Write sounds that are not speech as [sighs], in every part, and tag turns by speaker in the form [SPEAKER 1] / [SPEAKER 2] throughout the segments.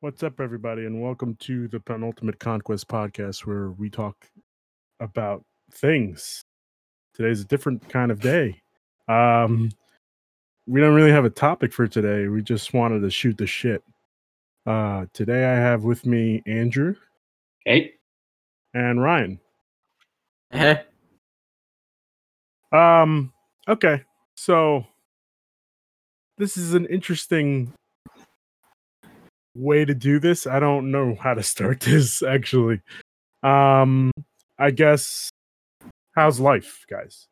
[SPEAKER 1] What's up, everybody, and welcome to the Penultimate Conquest podcast, where we talk about things. Today's a different kind of day. Um, we don't really have a topic for today. We just wanted to shoot the shit. Uh, today, I have with me Andrew
[SPEAKER 2] Hey.
[SPEAKER 1] and Ryan.
[SPEAKER 2] Uh-huh.
[SPEAKER 1] Um. Okay. So this is an interesting way to do this. I don't know how to start [laughs] this actually. Um. I guess. How's life, guys?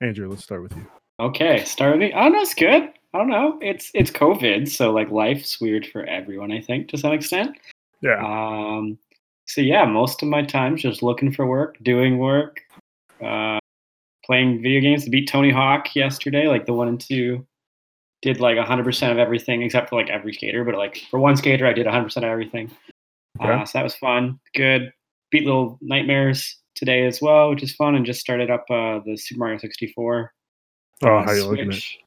[SPEAKER 1] Andrew, let's start with you.
[SPEAKER 2] Okay, start with me. Oh no, it's good. I don't know. It's it's COVID, so like life's weird for everyone, I think, to some extent.
[SPEAKER 1] Yeah.
[SPEAKER 2] Um so yeah, most of my time's just looking for work, doing work, uh playing video games. Beat Tony Hawk yesterday, like the one and two. Did like 100% of everything except for like every skater, but like for one skater, I did 100% of everything.
[SPEAKER 1] Okay.
[SPEAKER 2] Uh, so that was fun. Good. Beat Little Nightmares today as well, which is fun, and just started up uh, the Super Mario 64
[SPEAKER 1] Oh,
[SPEAKER 2] on
[SPEAKER 1] how you looking at?
[SPEAKER 2] Switch.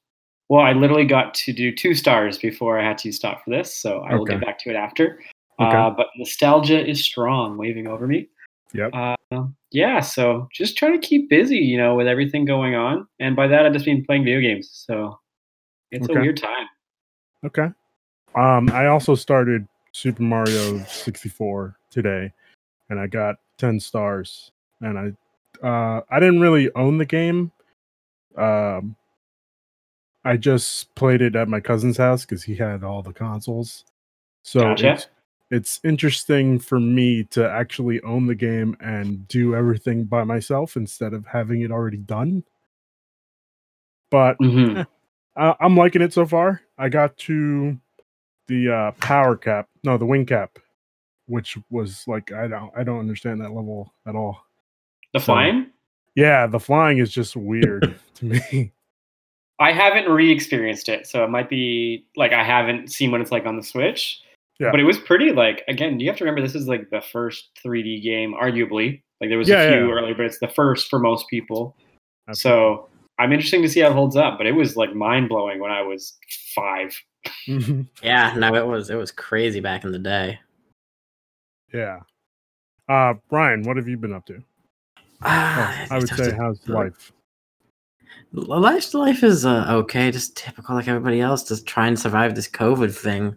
[SPEAKER 2] Well, I literally got to do two stars before I had to stop for this, so I will get
[SPEAKER 1] Okay.
[SPEAKER 2] back to it after.
[SPEAKER 1] Okay.
[SPEAKER 2] Uh, but nostalgia is strong, waving over me.
[SPEAKER 1] Yep.
[SPEAKER 2] Uh, yeah, so just trying to keep busy, you know, with everything going on, and by that I just mean playing video games. So it's
[SPEAKER 1] Okay.
[SPEAKER 2] a
[SPEAKER 1] [laughs]
[SPEAKER 2] weird time.
[SPEAKER 1] Okay. Um, I also started Super Mario 64 today, and I got 10 stars. And I, uh, I didn't really own the game. Um, I just played it at my cousin's house because he had all the consoles. So
[SPEAKER 2] Gotcha.
[SPEAKER 1] it's, it's interesting for me to actually own the game and do everything by myself instead of having it already done. But
[SPEAKER 2] hmm
[SPEAKER 1] uh, I'm liking it so far. I got to the uh, power cap, no, the wing cap, which was like I don't I don't understand that level at all.
[SPEAKER 2] The
[SPEAKER 1] So-
[SPEAKER 2] flying.
[SPEAKER 1] Yeah, the flying is just
[SPEAKER 2] [laughs]
[SPEAKER 1] weird to me. [laughs]
[SPEAKER 2] I haven't re-experienced it, so it might be like I haven't seen what it's like on the Switch.
[SPEAKER 1] Yeah.
[SPEAKER 2] But it was pretty like again, you have to remember this is like the first 3D game, arguably. Like there was
[SPEAKER 1] Yeah,
[SPEAKER 2] a few
[SPEAKER 1] yeah.
[SPEAKER 2] earlier, but it's the first for most people.
[SPEAKER 1] [laughs] Absolutely.
[SPEAKER 2] So I'm interesting to see how it holds up, but it was like mind blowing when I was five.
[SPEAKER 1] Mhm.
[SPEAKER 3] Yeah, no, it was it was crazy back in the day.
[SPEAKER 1] yeah. Uh, Brian, what have you been up to?
[SPEAKER 3] Ah,
[SPEAKER 1] Oh, I would
[SPEAKER 3] it's-
[SPEAKER 1] say how's life?
[SPEAKER 3] life life is uh, okay, just typical like everybody else, just trying to survive this COVID thing.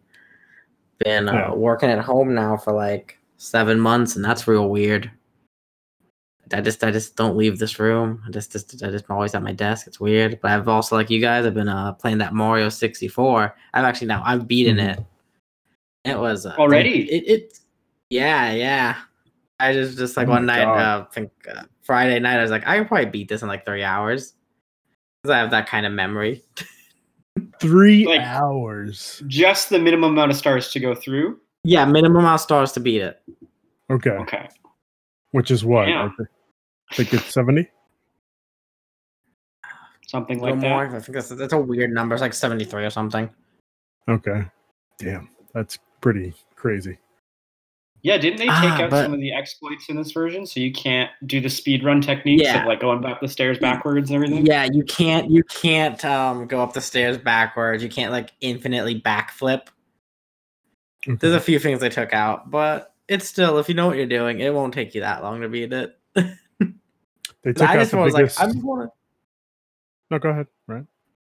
[SPEAKER 3] Been uh,
[SPEAKER 1] Yeah.
[SPEAKER 3] working at home now for like seven months, and that's real weird. I just I just don't leave this room. I just, just I just am always at my desk. It's weird, but I've also like you guys. I've been uh, playing that Mario sixty four. I've actually now I've beaten
[SPEAKER 1] Mhm.
[SPEAKER 3] it. It was uh,
[SPEAKER 2] Already?
[SPEAKER 3] It, it yeah yeah. I just just like
[SPEAKER 1] Oh
[SPEAKER 3] one
[SPEAKER 1] my
[SPEAKER 3] night,
[SPEAKER 1] God.
[SPEAKER 3] uh, I think uh, Friday night, I was like, I can probably beat this in like three hours because I have that kind of memory.
[SPEAKER 1] Three
[SPEAKER 2] Like-
[SPEAKER 1] hours.
[SPEAKER 2] Just the minimum amount of stars to go through.
[SPEAKER 3] Yeah, minimum amount of stars to beat it.
[SPEAKER 1] Okay,
[SPEAKER 2] Okay.
[SPEAKER 1] which is what?
[SPEAKER 2] Yeah.
[SPEAKER 1] I thi- think it's seventy.
[SPEAKER 2] Something
[SPEAKER 3] A little
[SPEAKER 2] like that.
[SPEAKER 3] more. I think that's, that's a weird number. It's like seventy three or something.
[SPEAKER 1] Okay. Damn, that's pretty crazy.
[SPEAKER 2] Yeah, didn't they take
[SPEAKER 3] Ah,
[SPEAKER 2] out
[SPEAKER 3] but-
[SPEAKER 2] some of the exploits in this version so you can't do the speed run techniques
[SPEAKER 3] Yeah.
[SPEAKER 2] of like going up the stairs backwards and everything?
[SPEAKER 3] Yeah, you can't you can't um go up the stairs backwards. You can't like infinitely backflip. There's
[SPEAKER 1] Okay.
[SPEAKER 3] a few things they took out, but it's still if you know what you're doing, it won't take you that long to beat it.
[SPEAKER 1] They took
[SPEAKER 3] I
[SPEAKER 1] out
[SPEAKER 3] just
[SPEAKER 1] the
[SPEAKER 3] was
[SPEAKER 1] biggest.
[SPEAKER 3] like, I just want to.
[SPEAKER 1] No, go ahead. Right.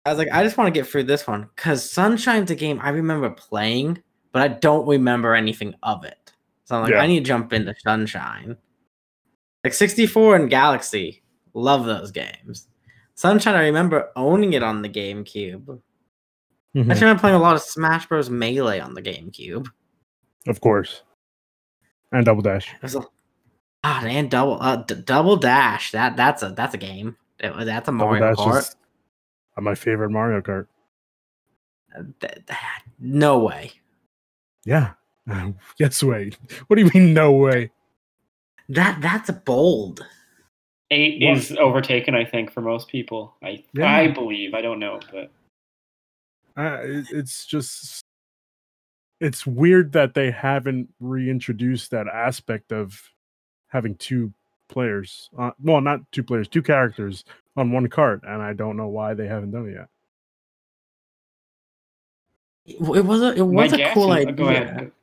[SPEAKER 3] I was like, I just want to get through this one because Sunshine's a game I remember playing, but I don't remember anything of it. So I'm like,
[SPEAKER 1] Yeah.
[SPEAKER 3] I need to jump into Sunshine. Like 64 and Galaxy, love those games. Sunshine, I remember owning it on the GameCube.
[SPEAKER 1] Mm-hmm.
[SPEAKER 3] I
[SPEAKER 1] Mhm.
[SPEAKER 3] remember playing a lot of Smash Bros. Melee on the GameCube.
[SPEAKER 1] Of course. And double dash.
[SPEAKER 3] It was a ah and double uh, d- double dash. That that's a that's a game. That- that's a
[SPEAKER 1] Double
[SPEAKER 3] Mario
[SPEAKER 1] dash
[SPEAKER 3] Kart.
[SPEAKER 1] is uh, my favorite Mario Kart.
[SPEAKER 3] Th- th- no way.
[SPEAKER 1] Yeah. Uh, yes, wait. [laughs] What do you mean? No way.
[SPEAKER 3] That that's bold.
[SPEAKER 2] Eight
[SPEAKER 1] One.
[SPEAKER 2] is overtaken, I think, for most people. I
[SPEAKER 1] Yeah.
[SPEAKER 2] I believe. I don't know, but
[SPEAKER 1] Uh, it, it's just. It's weird that they haven't reintroduced that aspect of having two players. Uh, well, not two players, two characters on one cart, and I don't know why they haven't done it yet.
[SPEAKER 3] It was a it
[SPEAKER 2] Mike
[SPEAKER 3] was a
[SPEAKER 2] Jackson.
[SPEAKER 3] cool
[SPEAKER 2] oh,
[SPEAKER 3] idea.
[SPEAKER 2] Go ahead.
[SPEAKER 3] [laughs]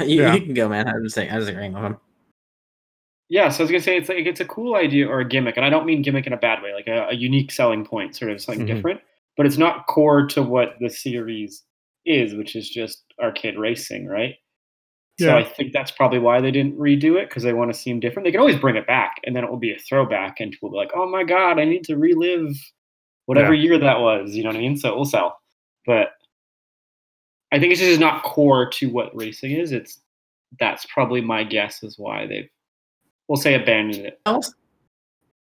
[SPEAKER 3] You,
[SPEAKER 1] Yeah.
[SPEAKER 3] you can go, man. I'm just saying, I was agreeing with him.
[SPEAKER 2] Yeah, so I was gonna say it's like it's a cool idea or a gimmick, and I don't mean gimmick in a bad way, like a, a unique selling point, sort of something
[SPEAKER 1] Mhm.
[SPEAKER 2] different. But it's not core to what the series is, which is just arcade racing, right? So
[SPEAKER 1] Yeah.
[SPEAKER 2] I think that's probably why they didn't redo it because they want to seem different. They can always bring it back, and then it will be a throwback, and people will be like, "Oh my god, I need to relive whatever year that was." You know what I mean? So it will sell, but I think it's just not core to what racing is. It's that's probably my guess is why they've we'll say abandoned it.
[SPEAKER 3] I also,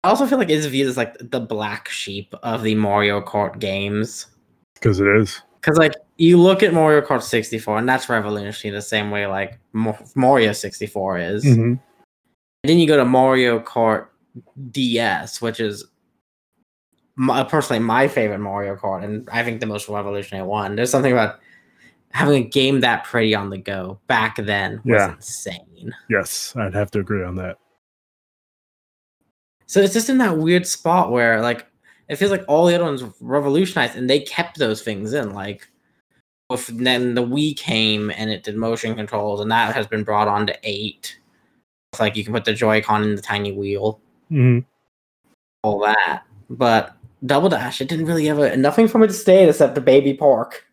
[SPEAKER 3] I also feel like it's viewed as like the black sheep of the Mario Kart games.
[SPEAKER 1] because it is.
[SPEAKER 3] Because like you look at Mario Kart 64, and that's revolutionary the same way like Mo- Mario 64 is.
[SPEAKER 1] Mhm.
[SPEAKER 3] And then you go to Mario Kart DS, which is my, personally my favorite Mario Kart, and I think the most revolutionary one. There's something about having a game that pretty on the go back then was
[SPEAKER 1] Yeah.
[SPEAKER 3] insane.
[SPEAKER 1] Yes, I'd have to agree on that.
[SPEAKER 3] So it's just in that weird spot where like it feels like all the other ones revolutionized and they kept those things in. Like if then the Wii came and it did motion controls and that has been brought on to eight. It's like you can put the Joy-Con in the tiny wheel,
[SPEAKER 1] hmm
[SPEAKER 3] all that. But Double Dash, it didn't really ever nothing from it stayed except the baby park.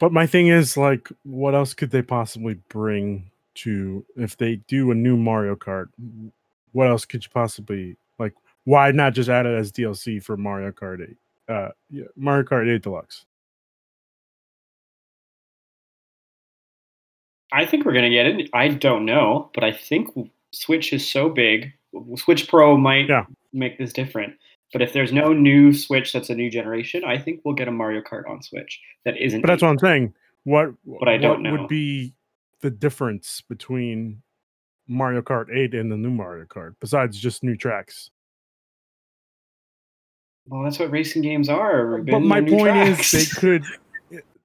[SPEAKER 1] But my thing is, like, what else could they possibly bring to if they do a new Mario Kart? What else could you possibly like? Why not just add it as DLC for Mario Kart Eight? Uh, yeah, Mario Kart Eight Deluxe.
[SPEAKER 2] I think we're gonna get it. I don't know, but I think Switch is so big. Switch Pro might
[SPEAKER 1] Yeah.
[SPEAKER 2] make this different. But if there's no new Switch that's a new generation, I think we'll get a Mario Kart on Switch that isn't.
[SPEAKER 1] But that's what I'm saying. What?
[SPEAKER 2] But I
[SPEAKER 1] what
[SPEAKER 2] don't know.
[SPEAKER 1] Would be the difference between Mario Kart Eight and the new Mario Kart, besides just new tracks.
[SPEAKER 2] well, that's what racing games are. Ruben.
[SPEAKER 1] but my
[SPEAKER 2] They're new
[SPEAKER 1] point
[SPEAKER 2] tracks.
[SPEAKER 1] is, they
[SPEAKER 2] [laughs]
[SPEAKER 1] could.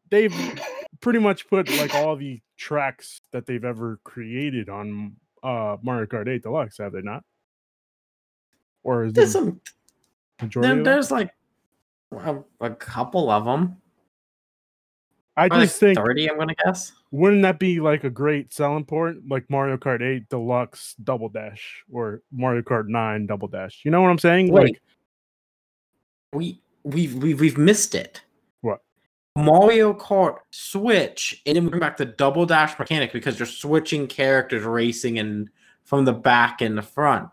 [SPEAKER 1] They've pretty much put like all the tracks that they've ever created on uh Mario Kart 8 Deluxe, have they not? Or is
[SPEAKER 3] There's
[SPEAKER 1] the
[SPEAKER 3] some
[SPEAKER 1] majority
[SPEAKER 3] there,
[SPEAKER 1] of them?
[SPEAKER 3] there's like a, a couple of them.
[SPEAKER 1] I
[SPEAKER 3] Probably
[SPEAKER 1] just
[SPEAKER 3] like
[SPEAKER 1] think
[SPEAKER 3] 30, I'm gonna guess.
[SPEAKER 1] wouldn't that be like a great selling point, like Mario Kart 8 Deluxe Double Dash or Mario Kart 9 Double Dash? You know what I'm saying?
[SPEAKER 3] Wait.
[SPEAKER 1] Like
[SPEAKER 3] we we've we've, we've missed it.
[SPEAKER 1] What?
[SPEAKER 3] Mario Kart Switch, and then we bring back the double dash mechanic because you're switching characters, racing and from the back and the front.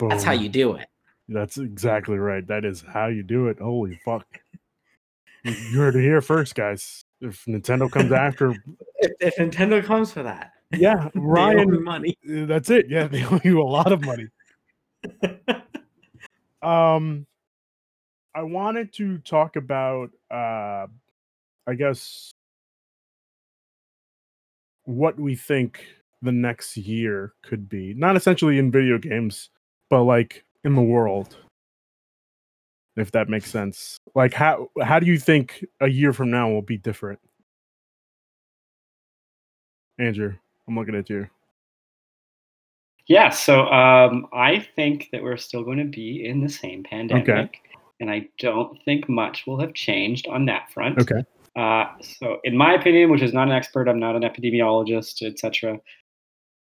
[SPEAKER 3] That's how
[SPEAKER 1] boom.
[SPEAKER 3] you do it.
[SPEAKER 1] That's exactly right. That is how you do it. Holy fuck. You you heard it here first, guys. If Nintendo comes after,
[SPEAKER 3] If, if Nintendo comes for that,
[SPEAKER 1] yeah,
[SPEAKER 3] [laughs] they owe me
[SPEAKER 1] Ryan
[SPEAKER 3] money. [laughs]
[SPEAKER 1] Uh, that's it. Yeah, they owe you a lot of money. um, I wanted to talk about, uh, I guess, what we think the next year could be. Not essentially in video games, but like in the world, if that makes sense. Like, how how do you think a year from now will be different? Andrew, I'm looking at you.
[SPEAKER 2] Yeah, so um, I think that we're still going to be in the same pandemic, and I don't think much will have changed on that front.
[SPEAKER 1] Okay.
[SPEAKER 2] Uh, so, in my opinion, which is not an expert, I'm not an epidemiologist, etc.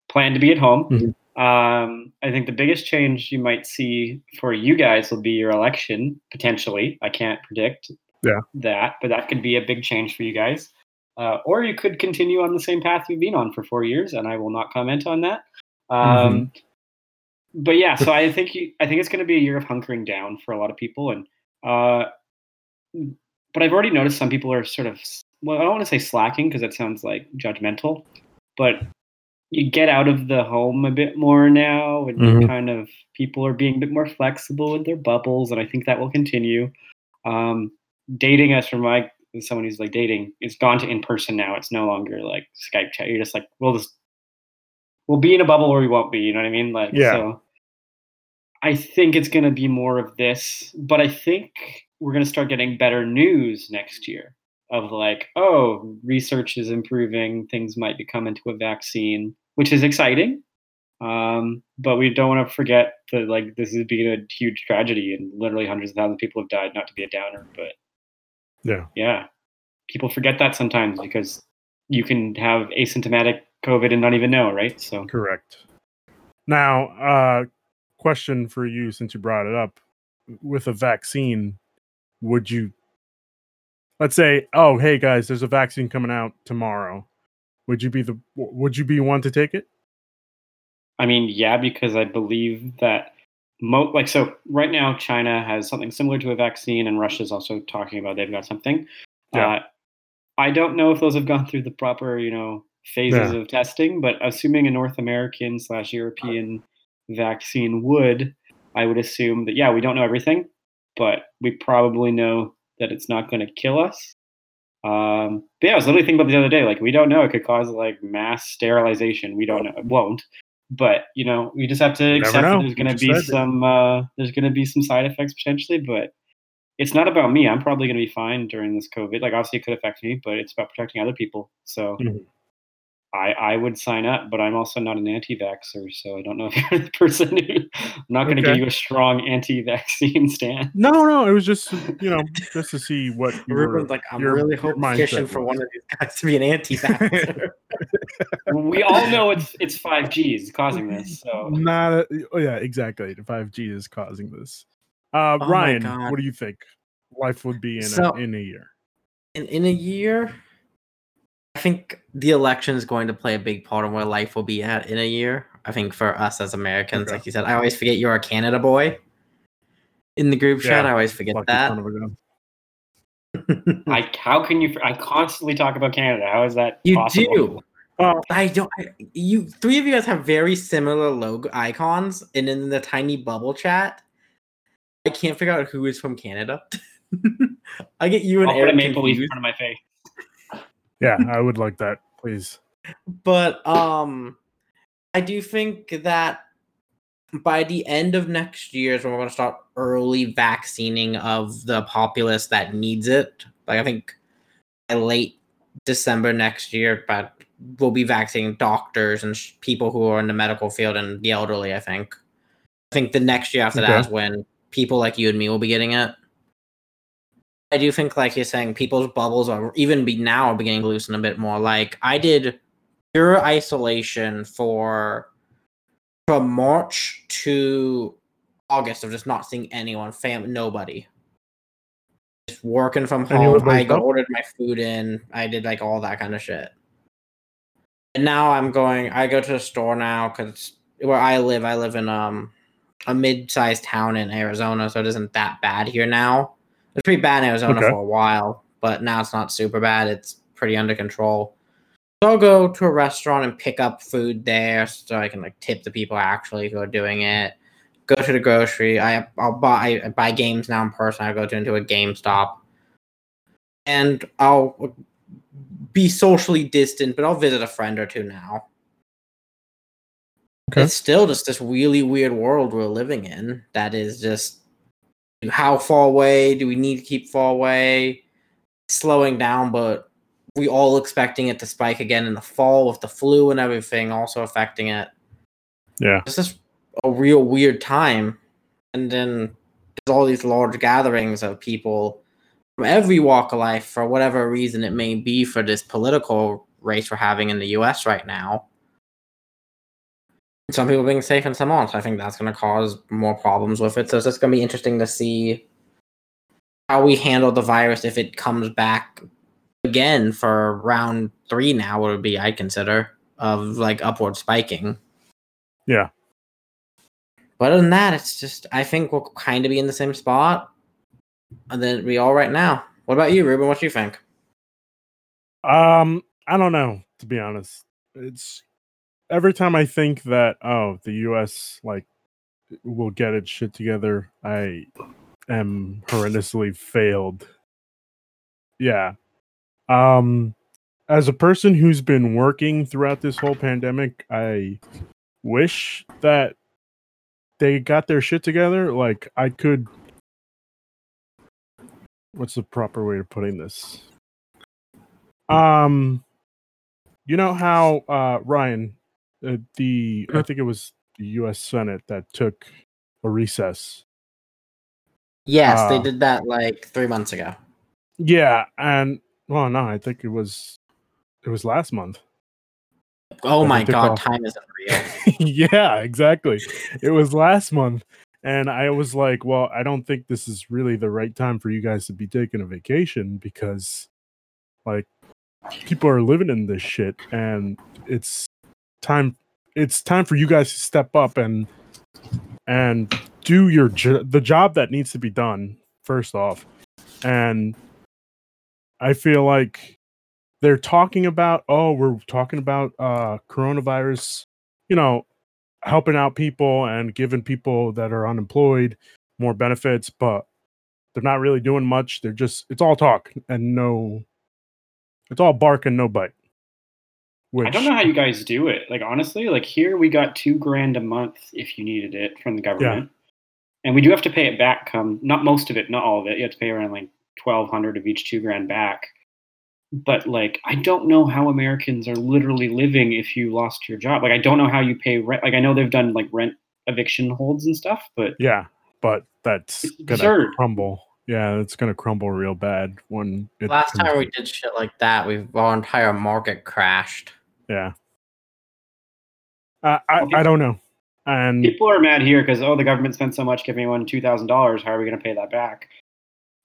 [SPEAKER 2] Plan to be at home.
[SPEAKER 1] Mhm.
[SPEAKER 2] Um, I think the biggest change you might see for you guys will be your election potentially. I can't predict
[SPEAKER 1] Yeah.
[SPEAKER 2] that, but that could be a big change for you guys. Uh, or you could continue on the same path you've been on for four years, and I will not comment on that. Um, But yeah, so I think you, I think it's going to be a year of hunkering down for a lot of people, and uh, but I've already noticed some people are sort of well, I don't want to say slacking because that sounds like judgmental, but you get out of the home a bit more now, and you
[SPEAKER 1] Mhm.
[SPEAKER 2] kind of people are being a bit more flexible with their bubbles, and I think that will continue. Um, dating, as from my as someone who's like dating, it's gone to in person now. It's no longer like Skype chat. You're just like we'll just we'll be in a bubble where we won't be. You know what I mean? Like
[SPEAKER 1] Yeah.
[SPEAKER 2] so. I think it's going to be more of this, but I think we're going to start getting better news next year of like, oh, research is improving, things might be coming to a vaccine, which is exciting. Um, but we don't want to forget that like this has been a huge tragedy and literally hundreds of thousands of people have died. Not to be a downer, but
[SPEAKER 1] Yeah.
[SPEAKER 2] Yeah. People forget that sometimes because you can have asymptomatic COVID and not even know, right? So
[SPEAKER 1] Correct. Now, uh, question for you since you brought it up with a vaccine, would you, let's say, oh, hey guys, there's a vaccine coming out tomorrow. Would you be the, would you be one to take it?
[SPEAKER 2] I mean, yeah, because I believe that mo- like so right now China has something similar to a vaccine, and Russia's also talking about they've got something.
[SPEAKER 1] Yeah.
[SPEAKER 2] Uh, I don't know if those have gone through the proper you know phases
[SPEAKER 1] Yeah.
[SPEAKER 2] of testing, but assuming a North American slash European vaccine would, I would assume that yeah, we don't know everything, but we probably know that it's not going to kill us. Um, but yeah, I was literally thinking about this the other day. Like, we don't know; it could cause like mass sterilization. We don't know; it won't. But you know, we just have to
[SPEAKER 1] You never
[SPEAKER 2] accept that
[SPEAKER 1] know.
[SPEAKER 2] there's
[SPEAKER 1] You
[SPEAKER 2] going to
[SPEAKER 1] just
[SPEAKER 2] be
[SPEAKER 1] said it.
[SPEAKER 2] some uh, there's going to be some side effects potentially. But it's not about me. I'm probably going to be fine during this COVID. Like, obviously, it could affect me, but it's about protecting other people. So.
[SPEAKER 1] Mhm.
[SPEAKER 2] I, I would sign up, but I'm also not an anti-vaxxer, so I don't know if [laughs] you're the person who I'm not going to
[SPEAKER 1] Okay.
[SPEAKER 2] give you a strong anti-vaccine [laughs] stand.
[SPEAKER 1] No, no, it was just, you
[SPEAKER 3] [laughs]
[SPEAKER 1] know, just to see what you were.
[SPEAKER 3] Ruben's like, I'm
[SPEAKER 1] your-
[SPEAKER 3] really
[SPEAKER 1] your
[SPEAKER 3] hoping
[SPEAKER 1] mindset
[SPEAKER 3] fishing for
[SPEAKER 1] was.
[SPEAKER 3] one of these guys to be
[SPEAKER 1] [laughs]
[SPEAKER 3] an anti-vaxxer.
[SPEAKER 2] we all know it's it's five G's causing this.
[SPEAKER 3] [laughs]
[SPEAKER 2] So
[SPEAKER 1] Not, a, oh yeah, exactly. The 5G is causing this. Uh,
[SPEAKER 3] Oh my
[SPEAKER 1] Ryan,
[SPEAKER 3] God.
[SPEAKER 1] what do you think life would be in, a,
[SPEAKER 3] So-
[SPEAKER 1] in a year?
[SPEAKER 3] in, in a year, I think the election is going to play a big part in where life will be at in a year. I think for us as Americans,
[SPEAKER 1] Okay.
[SPEAKER 3] like you said, I always forget you're a Canada boy. In the group chat,
[SPEAKER 1] Yeah,
[SPEAKER 3] I always forget
[SPEAKER 1] Lucky son
[SPEAKER 3] that.
[SPEAKER 1] of a gun.
[SPEAKER 3] [laughs]
[SPEAKER 2] I how can you? I constantly talk about Canada. How is that
[SPEAKER 3] You
[SPEAKER 2] possible?
[SPEAKER 3] do.
[SPEAKER 1] Oh.
[SPEAKER 3] I don't. I, you three of you guys have very similar logo icons, and in the tiny bubble chat, I can't figure out who is from Canada. [laughs] I get you and
[SPEAKER 2] I'll put a
[SPEAKER 3] Eric
[SPEAKER 2] maple leaf in
[SPEAKER 3] confused.
[SPEAKER 2] front of my face.
[SPEAKER 1] Yeah, I would like that, please.
[SPEAKER 3] but um i do think that by the end of next year is when we're going to start early vaccining of the populace that needs it like i think by late december next year but we'll be vaccinating doctors and sh- people who are in the medical field and the elderly i think i think the next year after that
[SPEAKER 1] Okay.
[SPEAKER 3] is when people like you and me will be getting it I do think, like you're saying, people's bubbles are even be now are beginning to loosen a bit more. Like I did pure isolation for from March to August of just not seeing anyone, fam, nobody. Just working from
[SPEAKER 1] And you were
[SPEAKER 3] home. I
[SPEAKER 1] both
[SPEAKER 3] got-
[SPEAKER 1] up?
[SPEAKER 3] ordered my food in. I did like all that kind of shit. And now I'm going. I go to the store now because where I live, I live in um a mid-sized town in Arizona, so it isn't that bad here now. It was pretty bad in Arizona
[SPEAKER 1] Okay.
[SPEAKER 3] for a while, but now it's not super bad. It's pretty under control. So I'll go to a restaurant and pick up food there, so I can like tip the people actually who are doing it. Go to the grocery. I I'll buy I buy games now in person. I go to into a GameStop, and I'll be socially distant, but I'll visit a friend or two now.
[SPEAKER 1] Okay.
[SPEAKER 3] It's still just this really weird world we're living in that is just how far away do we need to keep far away? Slowing down, but we all expecting it to spike again in the fall with the flu and everything also affecting it.
[SPEAKER 1] Yeah.
[SPEAKER 3] It's just a real weird time. And then there's all these large gatherings of people from every walk of life for whatever reason it may be for this political race we're having in the US right now. Some people being safe and some aren't. So I think that's going to cause more problems with it. So it's just going to be interesting to see how we handle the virus if it comes back again for round three now, what it would be, I consider, of like upward spiking.
[SPEAKER 1] Yeah.
[SPEAKER 3] But other than that, it's just I think we'll kind of be in the same spot, and then we all right now. What about you, Ruben? What do you think?
[SPEAKER 1] Um, I don't know, to be honest. It's every time I think that oh, the US like will get its shit together, I am horrendously failed. Yeah. Um as a person who's been working throughout this whole pandemic, I wish that they got their shit together. Like I could what's the proper way of putting this? Um, you know how uh, Ryan, uh, the I think it was the U.S. Senate that took a recess.
[SPEAKER 3] Yes, they
[SPEAKER 1] Uh,
[SPEAKER 3] did that like three months ago.
[SPEAKER 1] Yeah, and well, no, I think it was it was last month. [laughs]
[SPEAKER 3] Oh
[SPEAKER 1] I
[SPEAKER 3] my
[SPEAKER 1] took
[SPEAKER 3] god,
[SPEAKER 1] off.
[SPEAKER 3] time is unreal.
[SPEAKER 1] yeah, exactly. It was last month, and I was like, "Well, I don't think this is really the right time for you guys to be taking a vacation because, like, people are living in this shit, and it's time. It's time for you guys to step up and and do your jo- the job that needs to be done first off, and I feel like." They're talking about, oh, we're talking about uh, coronavirus you know, helping out people and giving people that are unemployed more benefits, but they're not really doing much. They're just it's all talk and no it's all bark and no bite. Which
[SPEAKER 2] I don't know how you guys do it. Like honestly, like here we got two grand a month if you needed it from the government, and we do have to pay it back. Come not most of it, not all of it. You have to pay around like twelve hundred of each two grand back. But like, I don't know how Americans are literally living if you lost your job. Like, I don't know how you pay rent. Like, I know they've done like rent eviction holds and stuff, but
[SPEAKER 1] yeah, but that's
[SPEAKER 2] It's
[SPEAKER 1] gonna
[SPEAKER 2] absurd.
[SPEAKER 1] crumble. Yeah, it's gonna crumble real bad when it
[SPEAKER 3] Last
[SPEAKER 1] comes-
[SPEAKER 3] time we did shit like that, we our entire market crashed.
[SPEAKER 1] Yeah. I I, I don't know. And
[SPEAKER 3] [laughs]
[SPEAKER 2] people are mad here because oh, the government spent so much, give anyone two thousand dollars. How are we going to pay that back?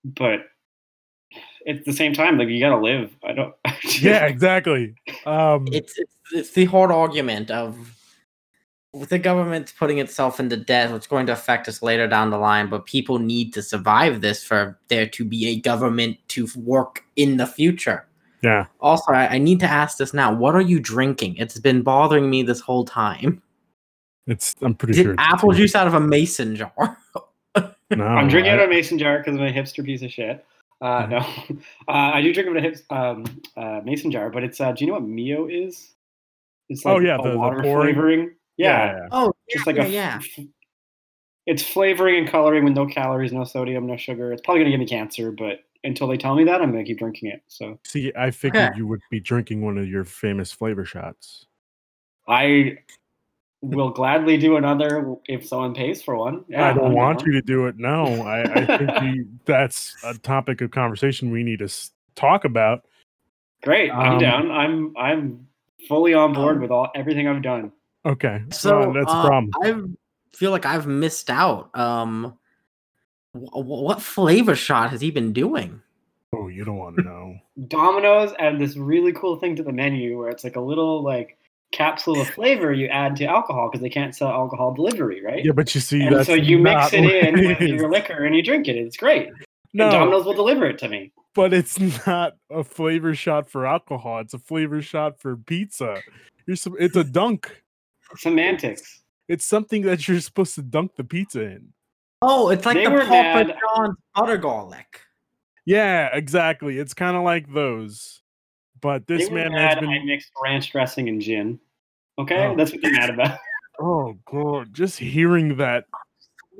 [SPEAKER 2] But at the same time, like you got to live. I don't. [laughs]
[SPEAKER 1] yeah, exactly. Um
[SPEAKER 3] it's it's, it's the hard argument of with the government putting itself into debt, it's going to affect us later down the line. But people need to survive this for there to be a government to f- work in the future.
[SPEAKER 1] yeah.
[SPEAKER 3] Also, I, I need to ask this now: What are you drinking? It's been bothering me this whole time.
[SPEAKER 1] It's I'm pretty
[SPEAKER 3] Did
[SPEAKER 1] sure it's-
[SPEAKER 3] apple juice out of a mason jar?
[SPEAKER 1] No,
[SPEAKER 2] I'm drinking
[SPEAKER 1] I- Mm-hmm.
[SPEAKER 2] out of a mason jar because I'm a hipster piece of shit. Uh, no, [laughs] uh, I do drink out of a hips, um, uh, mason jar, but it's. Uh, do you know what Mio is? It's
[SPEAKER 1] Oh, yeah,
[SPEAKER 2] a
[SPEAKER 1] the- the
[SPEAKER 2] water
[SPEAKER 1] pouring.
[SPEAKER 2] flavoring. Yeah,
[SPEAKER 1] yeah.
[SPEAKER 3] [laughs] oh,
[SPEAKER 2] just
[SPEAKER 3] yeah,
[SPEAKER 2] like a.
[SPEAKER 3] yeah,
[SPEAKER 2] It's flavoring and coloring with no calories, no sodium, no sugar. It's probably gonna give me cancer, but until they tell me that, I'm gonna keep drinking it. So
[SPEAKER 1] See, I figured
[SPEAKER 3] Okay.
[SPEAKER 1] you would be drinking one of your famous flavor shots.
[SPEAKER 2] I will gladly do another if someone pays for one.
[SPEAKER 1] I don't want you to do it. No, I, I think
[SPEAKER 3] [laughs]
[SPEAKER 1] you, that's a topic of conversation we need to s- talk about.
[SPEAKER 2] Great, I'm
[SPEAKER 1] Um,
[SPEAKER 2] down. I'm I'm fully on board
[SPEAKER 3] Um,
[SPEAKER 2] with all everything I've done.
[SPEAKER 1] Okay,
[SPEAKER 3] So
[SPEAKER 1] well, that's
[SPEAKER 3] uh,
[SPEAKER 1] a problem.
[SPEAKER 3] I feel like I've missed out. Um, wh- wh- what flavor shot has he been doing?
[SPEAKER 1] Oh, you don't want to know.
[SPEAKER 2] Domino's added this really cool thing to the menu where it's like a little like capsule of flavor you add to alcohol because they can't sell alcohol delivery, right?
[SPEAKER 1] Yeah, but you see,
[SPEAKER 2] and
[SPEAKER 1] that's
[SPEAKER 2] so you mix
[SPEAKER 1] not
[SPEAKER 2] it
[SPEAKER 1] what
[SPEAKER 2] in with
[SPEAKER 1] is.
[SPEAKER 2] your liquor and you drink it. It's great. And
[SPEAKER 1] No,
[SPEAKER 2] Domino's will deliver it to me.
[SPEAKER 1] but it's not a flavor shot for alcohol. It's a flavor shot for pizza. You're, sup- it's a dunk.
[SPEAKER 2] Semantics.
[SPEAKER 1] It's something that you're supposed to dunk the pizza in.
[SPEAKER 3] Oh, it's like
[SPEAKER 2] They
[SPEAKER 3] the
[SPEAKER 2] were
[SPEAKER 3] Papa
[SPEAKER 2] mad-
[SPEAKER 3] John's butter garlic.
[SPEAKER 1] Yeah, exactly. It's kind of like those. But
[SPEAKER 2] They
[SPEAKER 1] this
[SPEAKER 2] were
[SPEAKER 1] man has
[SPEAKER 2] mad
[SPEAKER 1] been
[SPEAKER 2] I mixed ranch dressing and gin. Okay,
[SPEAKER 1] Oh.
[SPEAKER 2] that's what they're mad about.
[SPEAKER 1] Oh god, just hearing that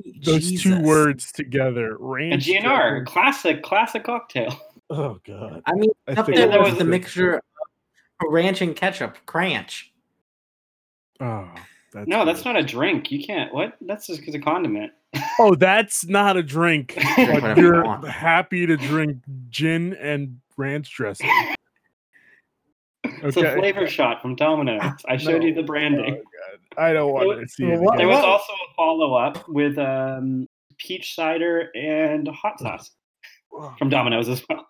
[SPEAKER 3] Sweet
[SPEAKER 1] those two
[SPEAKER 3] Jesus.
[SPEAKER 1] words together,
[SPEAKER 2] A
[SPEAKER 1] range
[SPEAKER 2] GNR, classic, classic cocktail.
[SPEAKER 1] Oh god,
[SPEAKER 3] I mean,
[SPEAKER 1] I
[SPEAKER 3] up
[SPEAKER 1] think
[SPEAKER 3] there
[SPEAKER 2] that
[SPEAKER 3] was
[SPEAKER 2] was
[SPEAKER 3] the
[SPEAKER 1] the-
[SPEAKER 3] mixture of ranch and ketchup, [laughs] cranch.
[SPEAKER 1] oh, that's
[SPEAKER 2] no, that's
[SPEAKER 1] good.
[SPEAKER 2] not a drink. You can't. What? That's just because a condiment.
[SPEAKER 1] Oh, that's not a drink.
[SPEAKER 3] Drink
[SPEAKER 1] But
[SPEAKER 3] whatever you
[SPEAKER 1] you're
[SPEAKER 3] want.
[SPEAKER 1] happy to drink gin and ranch
[SPEAKER 3] [laughs]
[SPEAKER 1] dressing.
[SPEAKER 2] It's
[SPEAKER 1] Okay. Ah,
[SPEAKER 2] a flavor shot from Domino's. I showed you the
[SPEAKER 1] Oh,
[SPEAKER 2] branding.
[SPEAKER 1] God. I don't want to see it.
[SPEAKER 3] What-
[SPEAKER 2] There
[SPEAKER 1] again.
[SPEAKER 2] was also a follow up with um, peach cider and hot sauce from Domino's as well.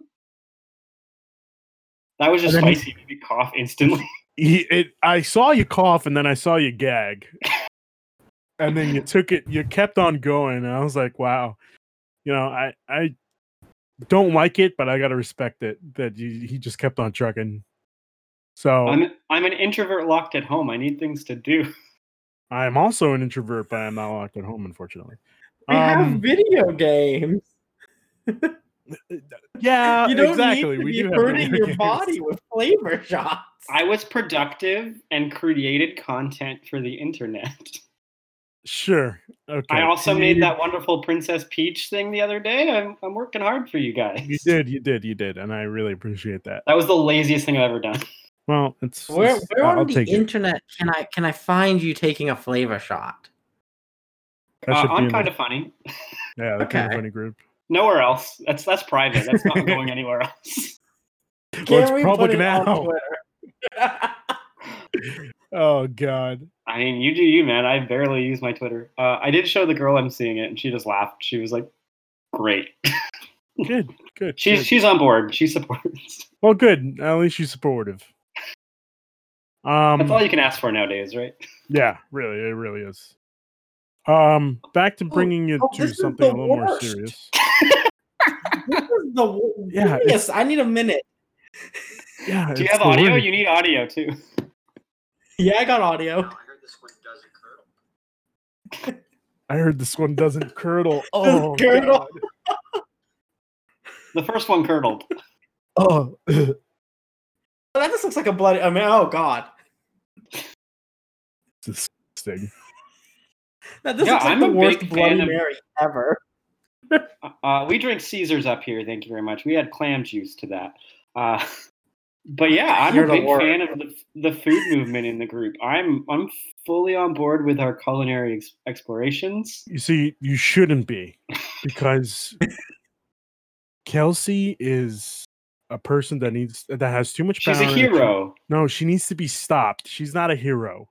[SPEAKER 2] That was just
[SPEAKER 1] And then-
[SPEAKER 2] spicy. Made me cough instantly.
[SPEAKER 1] He- it- I saw you cough and then I saw you gag. And then you took it, you kept on going. And I was like, wow. You know, I, I don't like it, but I got to respect it that you, he just kept on trucking. So I'm,
[SPEAKER 2] I'm I'm an introvert locked at home. I need things to do.
[SPEAKER 1] also an introvert, but I'm not locked at home, unfortunately.
[SPEAKER 3] We have
[SPEAKER 1] Um,
[SPEAKER 3] video games.
[SPEAKER 1] yeah,
[SPEAKER 3] You don't
[SPEAKER 1] Uh, exactly.
[SPEAKER 3] need to
[SPEAKER 1] we
[SPEAKER 3] be
[SPEAKER 1] do have
[SPEAKER 3] hurting
[SPEAKER 1] video
[SPEAKER 3] your
[SPEAKER 1] games.
[SPEAKER 3] body with flavor shots.
[SPEAKER 2] I was productive and created content for the internet. [laughs]
[SPEAKER 1] Sure. Okay.
[SPEAKER 2] I also
[SPEAKER 1] You-
[SPEAKER 2] made that wonderful Princess Peach thing the other day. I'm, I'm working hard for you guys.
[SPEAKER 1] You did, you did, you did, and I really appreciate that.
[SPEAKER 2] That was the laziest thing I've ever done.
[SPEAKER 1] Well, it's
[SPEAKER 3] [laughs] where
[SPEAKER 1] it's-
[SPEAKER 3] where
[SPEAKER 1] I'll
[SPEAKER 3] on the
[SPEAKER 1] take it.
[SPEAKER 3] internet can I can I find you taking a flavor shot?
[SPEAKER 1] That
[SPEAKER 2] Uh,
[SPEAKER 1] should be
[SPEAKER 2] I'm
[SPEAKER 1] in the-
[SPEAKER 2] kind of funny.
[SPEAKER 1] yeah, the kind of
[SPEAKER 3] Okay.
[SPEAKER 1] funny group.
[SPEAKER 2] Nowhere else. That's that's private.
[SPEAKER 1] [laughs]
[SPEAKER 2] That's not going anywhere else.
[SPEAKER 1] Well, it's public now. [laughs] Oh God.
[SPEAKER 2] I mean, you do you, man. I barely use my Twitter. Uh, I did show the girl I'm seeing it, and she just laughed. She was like, "Great."
[SPEAKER 1] Good. Good.
[SPEAKER 2] She's
[SPEAKER 1] good.
[SPEAKER 2] she's on board. She supports.
[SPEAKER 1] well, good. At least she's supportive.
[SPEAKER 2] That's
[SPEAKER 1] Um.
[SPEAKER 2] all you can ask for
[SPEAKER 1] [laughs]
[SPEAKER 2] nowadays, right?
[SPEAKER 1] Yeah. Really. It really is. Um. Back to
[SPEAKER 3] Oh,
[SPEAKER 1] bringing you
[SPEAKER 3] oh,
[SPEAKER 1] to
[SPEAKER 3] this is
[SPEAKER 1] something a
[SPEAKER 3] the
[SPEAKER 1] little more
[SPEAKER 2] [laughs]
[SPEAKER 3] worst.
[SPEAKER 1] serious.
[SPEAKER 3] [laughs] This is the wo-
[SPEAKER 1] Yeah, it's-
[SPEAKER 3] Yes, I need a minute.
[SPEAKER 1] Yeah.
[SPEAKER 2] Do you
[SPEAKER 1] it's
[SPEAKER 2] have
[SPEAKER 1] the
[SPEAKER 2] audio?
[SPEAKER 1] worst.
[SPEAKER 2] You need audio too.
[SPEAKER 3] Yeah, I got audio.
[SPEAKER 1] I heard this one doesn't curdle. Oh.
[SPEAKER 3] [laughs] Doesn't curdle.
[SPEAKER 1] God.
[SPEAKER 2] The first one curdled.
[SPEAKER 1] Oh.
[SPEAKER 3] Oh, That just looks like a bloody. I mean, oh god,
[SPEAKER 1] disgusting.
[SPEAKER 3] that just
[SPEAKER 2] Yeah,
[SPEAKER 3] looks like
[SPEAKER 2] I'm
[SPEAKER 3] the
[SPEAKER 2] a
[SPEAKER 3] worst
[SPEAKER 2] big
[SPEAKER 3] bloody
[SPEAKER 2] fan of-
[SPEAKER 3] mary ever.
[SPEAKER 2] Uh, we drink Caesars up here. Thank you very much. We had clam juice to that. Uh, [laughs] but yeah, I'm
[SPEAKER 3] You're
[SPEAKER 2] a
[SPEAKER 3] the
[SPEAKER 2] big
[SPEAKER 3] worst.
[SPEAKER 2] fan of the, the food movement in the group. I'm I'm fully on board with our culinary ex- explorations.
[SPEAKER 1] You see, you shouldn't be
[SPEAKER 2] [laughs]
[SPEAKER 1] because Kelsey is a person that needs that has too much power.
[SPEAKER 2] She's a
[SPEAKER 1] and she-
[SPEAKER 2] hero.
[SPEAKER 1] No, she needs to be stopped. She's not a
[SPEAKER 2] [laughs]
[SPEAKER 1] hero.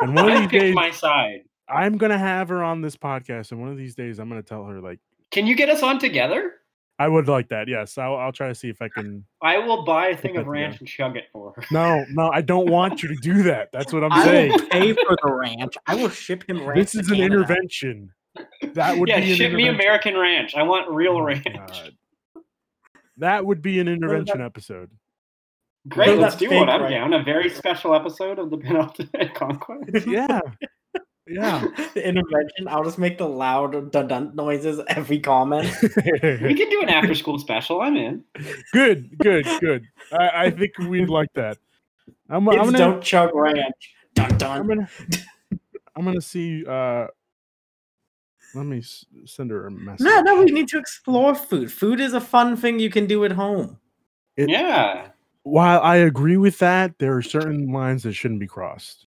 [SPEAKER 1] And one of
[SPEAKER 2] I
[SPEAKER 1] these
[SPEAKER 2] picked
[SPEAKER 1] days,
[SPEAKER 2] my side.
[SPEAKER 1] I'm gonna have her on this podcast, and one of these days, I'm gonna tell her like
[SPEAKER 2] Can you get us on together?
[SPEAKER 1] I would like that. Yes, I'll, I'll try to see if I
[SPEAKER 2] [laughs]
[SPEAKER 1] can.
[SPEAKER 2] I will buy a thing
[SPEAKER 1] that
[SPEAKER 2] of ranch and chug it for her.
[SPEAKER 1] No, no, I don't want you to do that. That's what I'm
[SPEAKER 3] I
[SPEAKER 1] saying.
[SPEAKER 3] will pay for the ranch. I will ship him ranch.
[SPEAKER 1] This
[SPEAKER 3] to
[SPEAKER 1] is an
[SPEAKER 3] Canada.
[SPEAKER 1] intervention. That would
[SPEAKER 2] yeah,
[SPEAKER 1] be an
[SPEAKER 2] ship me
[SPEAKER 1] intervention.
[SPEAKER 2] American ranch. I want real
[SPEAKER 1] Oh,
[SPEAKER 2] ranch. [laughs]
[SPEAKER 1] God. That would be an intervention episode.
[SPEAKER 2] Great,
[SPEAKER 3] What
[SPEAKER 2] let's
[SPEAKER 3] about
[SPEAKER 2] do
[SPEAKER 3] fake
[SPEAKER 2] one. I'm
[SPEAKER 3] ranch?
[SPEAKER 2] down. A very special episode of the Penultimate [laughs] Conquest.
[SPEAKER 1] Yeah, yeah.
[SPEAKER 3] the intervention. I'll just make the loud dun dun noises
[SPEAKER 1] [laughs]
[SPEAKER 3] every comment.
[SPEAKER 2] We can do an after school special. I'm in.
[SPEAKER 1] [laughs] good, good, good. I, I think we'd like that. I'm, I'm
[SPEAKER 3] Kids
[SPEAKER 1] gonna,
[SPEAKER 3] don't chug ranch. Dun
[SPEAKER 1] I'm
[SPEAKER 3] dun.
[SPEAKER 1] gonna, I'm gonna see. Uh, let me s- send her a message.
[SPEAKER 3] No, no, we need to explore food. Food is a fun thing you can do at home.
[SPEAKER 1] It-
[SPEAKER 2] Yeah.
[SPEAKER 1] While I agree with that, there are certain lines that shouldn't be crossed.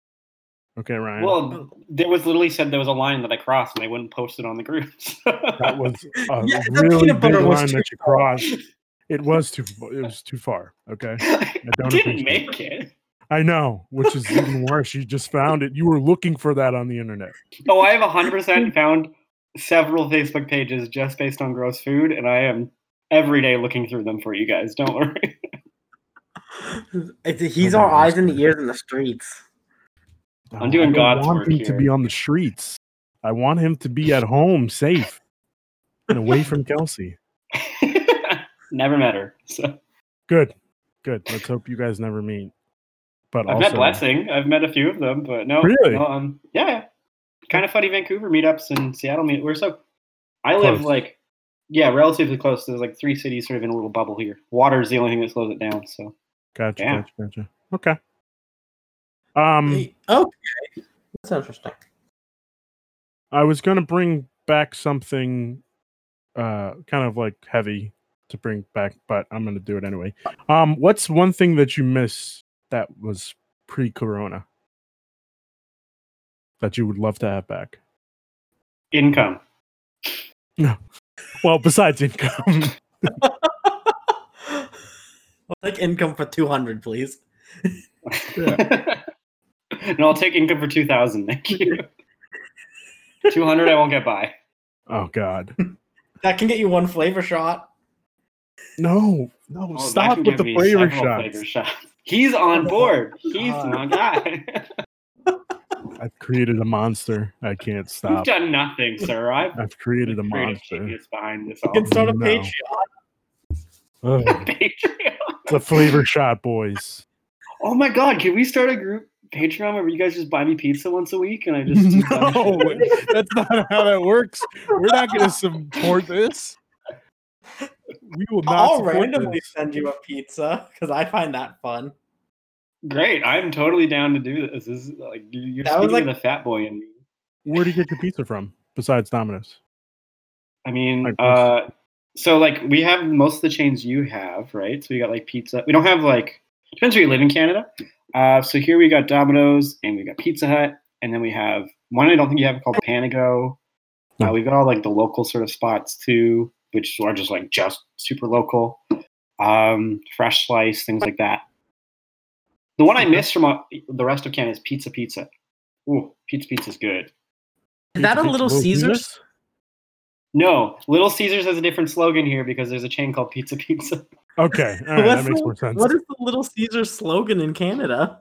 [SPEAKER 1] Okay, Ryan.
[SPEAKER 2] Well, there was literally said there was a line that I crossed and they wouldn't post it on the group. [laughs]
[SPEAKER 1] that
[SPEAKER 3] [laughs]
[SPEAKER 1] was a
[SPEAKER 3] Yeah, the
[SPEAKER 1] really
[SPEAKER 3] peanut
[SPEAKER 1] big
[SPEAKER 3] butter was
[SPEAKER 1] line
[SPEAKER 3] too
[SPEAKER 1] that you
[SPEAKER 3] far.
[SPEAKER 1] crossed. It was too. fa- It was too far. Okay,
[SPEAKER 2] I
[SPEAKER 1] don't appreciate
[SPEAKER 2] didn't
[SPEAKER 1] it.
[SPEAKER 2] make it.
[SPEAKER 1] I know, which is even worse. You just found it. You were looking for that on the internet.
[SPEAKER 2] Oh, I have 100% found several Facebook pages just based on gross food, and I am every day looking through them for you guys. Don't worry. [laughs]
[SPEAKER 3] It's, he's
[SPEAKER 1] Oh my
[SPEAKER 3] our
[SPEAKER 1] gosh.
[SPEAKER 3] eyes and ears in the streets.
[SPEAKER 1] No,
[SPEAKER 2] doing
[SPEAKER 1] I don't
[SPEAKER 2] God's
[SPEAKER 1] want
[SPEAKER 2] work
[SPEAKER 1] him to
[SPEAKER 2] here.
[SPEAKER 1] be on the streets. I want him to be at home, safe, and away from Kelsey.
[SPEAKER 2] Never met her. So.
[SPEAKER 1] Good, good. Let's hope you guys never meet. But
[SPEAKER 2] I've
[SPEAKER 1] also,
[SPEAKER 2] met Blessing. I've met a few of them, but no.
[SPEAKER 1] Really?
[SPEAKER 2] no, um, yeah. Kind of funny Vancouver meetups and Seattle meet. We're so. I live
[SPEAKER 1] Close.
[SPEAKER 2] like, yeah, relatively close. There's like three cities sort of in a little bubble here. Water's the only thing that slows it down. So
[SPEAKER 1] gotcha,
[SPEAKER 2] Yeah.
[SPEAKER 1] gotcha, gotcha. Okay. Um,
[SPEAKER 3] okay, that's [laughs] interesting.
[SPEAKER 1] I was gonna bring back something, uh, kind of like heavy to bring back, but I'm gonna do it anyway. Um, what's one thing that you miss that was pre-corona that you would love to have back?
[SPEAKER 2] income.
[SPEAKER 1] Well, besides income. [laughs]
[SPEAKER 3] I'll take income for two hundred, please.
[SPEAKER 2] [laughs] and I'll take income for two thousand.
[SPEAKER 1] [laughs]
[SPEAKER 2] Thank you. two hundred, I won't get by.
[SPEAKER 1] Oh God.
[SPEAKER 3] That can get you one flavor shot.
[SPEAKER 1] No, no,
[SPEAKER 2] Oh, that
[SPEAKER 1] stop with
[SPEAKER 2] can give
[SPEAKER 1] the
[SPEAKER 2] me
[SPEAKER 1] flavor
[SPEAKER 2] several
[SPEAKER 1] shots.
[SPEAKER 2] flavor shots. He's on board. He's
[SPEAKER 3] God.
[SPEAKER 2] my guy. [laughs]
[SPEAKER 1] I've created a monster. I can't
[SPEAKER 2] You've
[SPEAKER 1] stop.
[SPEAKER 2] done nothing, sir. I've
[SPEAKER 1] I've created a
[SPEAKER 2] creative
[SPEAKER 1] monster.
[SPEAKER 2] genius behind this
[SPEAKER 3] You can start a
[SPEAKER 1] No.
[SPEAKER 3] Patreon.
[SPEAKER 1] Ugh,
[SPEAKER 2] [laughs] Patreon.
[SPEAKER 1] the flavor shot boys.
[SPEAKER 2] Oh my god, can we start a group Patreon where you guys just buy me pizza once a week and I
[SPEAKER 1] [laughs]
[SPEAKER 2] just do dumb
[SPEAKER 1] No,
[SPEAKER 2] shit?
[SPEAKER 1] that's not how that works. We're not going to support this. We will not
[SPEAKER 3] I'll
[SPEAKER 1] support
[SPEAKER 3] randomly
[SPEAKER 1] this.
[SPEAKER 3] send you a pizza because I find that fun.
[SPEAKER 2] Great, I'm totally down to do this. This is like you- you're
[SPEAKER 3] That was
[SPEAKER 2] speaking
[SPEAKER 3] like-
[SPEAKER 2] the fat boy in me.
[SPEAKER 1] Where do you get your pizza from besides Domino's?
[SPEAKER 2] I mean,
[SPEAKER 1] Like this.
[SPEAKER 2] uh, so like we have most of the chains you have, right? So we got like pizza. We don't have like depends where you live in Canada. Uh, so here we got Domino's and we got Pizza Hut, and then we have one I don't think you have called Panago. Uh,
[SPEAKER 1] No.
[SPEAKER 2] we've got all like the local sort of spots too. which are just like just super local, um, fresh slice, things like that. The one I miss from uh, the rest of Canada is Pizza Pizza. Ooh, Pizza Pizza's good.
[SPEAKER 3] Is that a Little Caesars?
[SPEAKER 2] No, Little Caesars has a different slogan here because there's a chain called Pizza Pizza. [laughs]
[SPEAKER 1] Okay, all right, that
[SPEAKER 3] What's
[SPEAKER 1] makes
[SPEAKER 3] the-
[SPEAKER 1] more sense.
[SPEAKER 3] What is the Little Caesars slogan in Canada?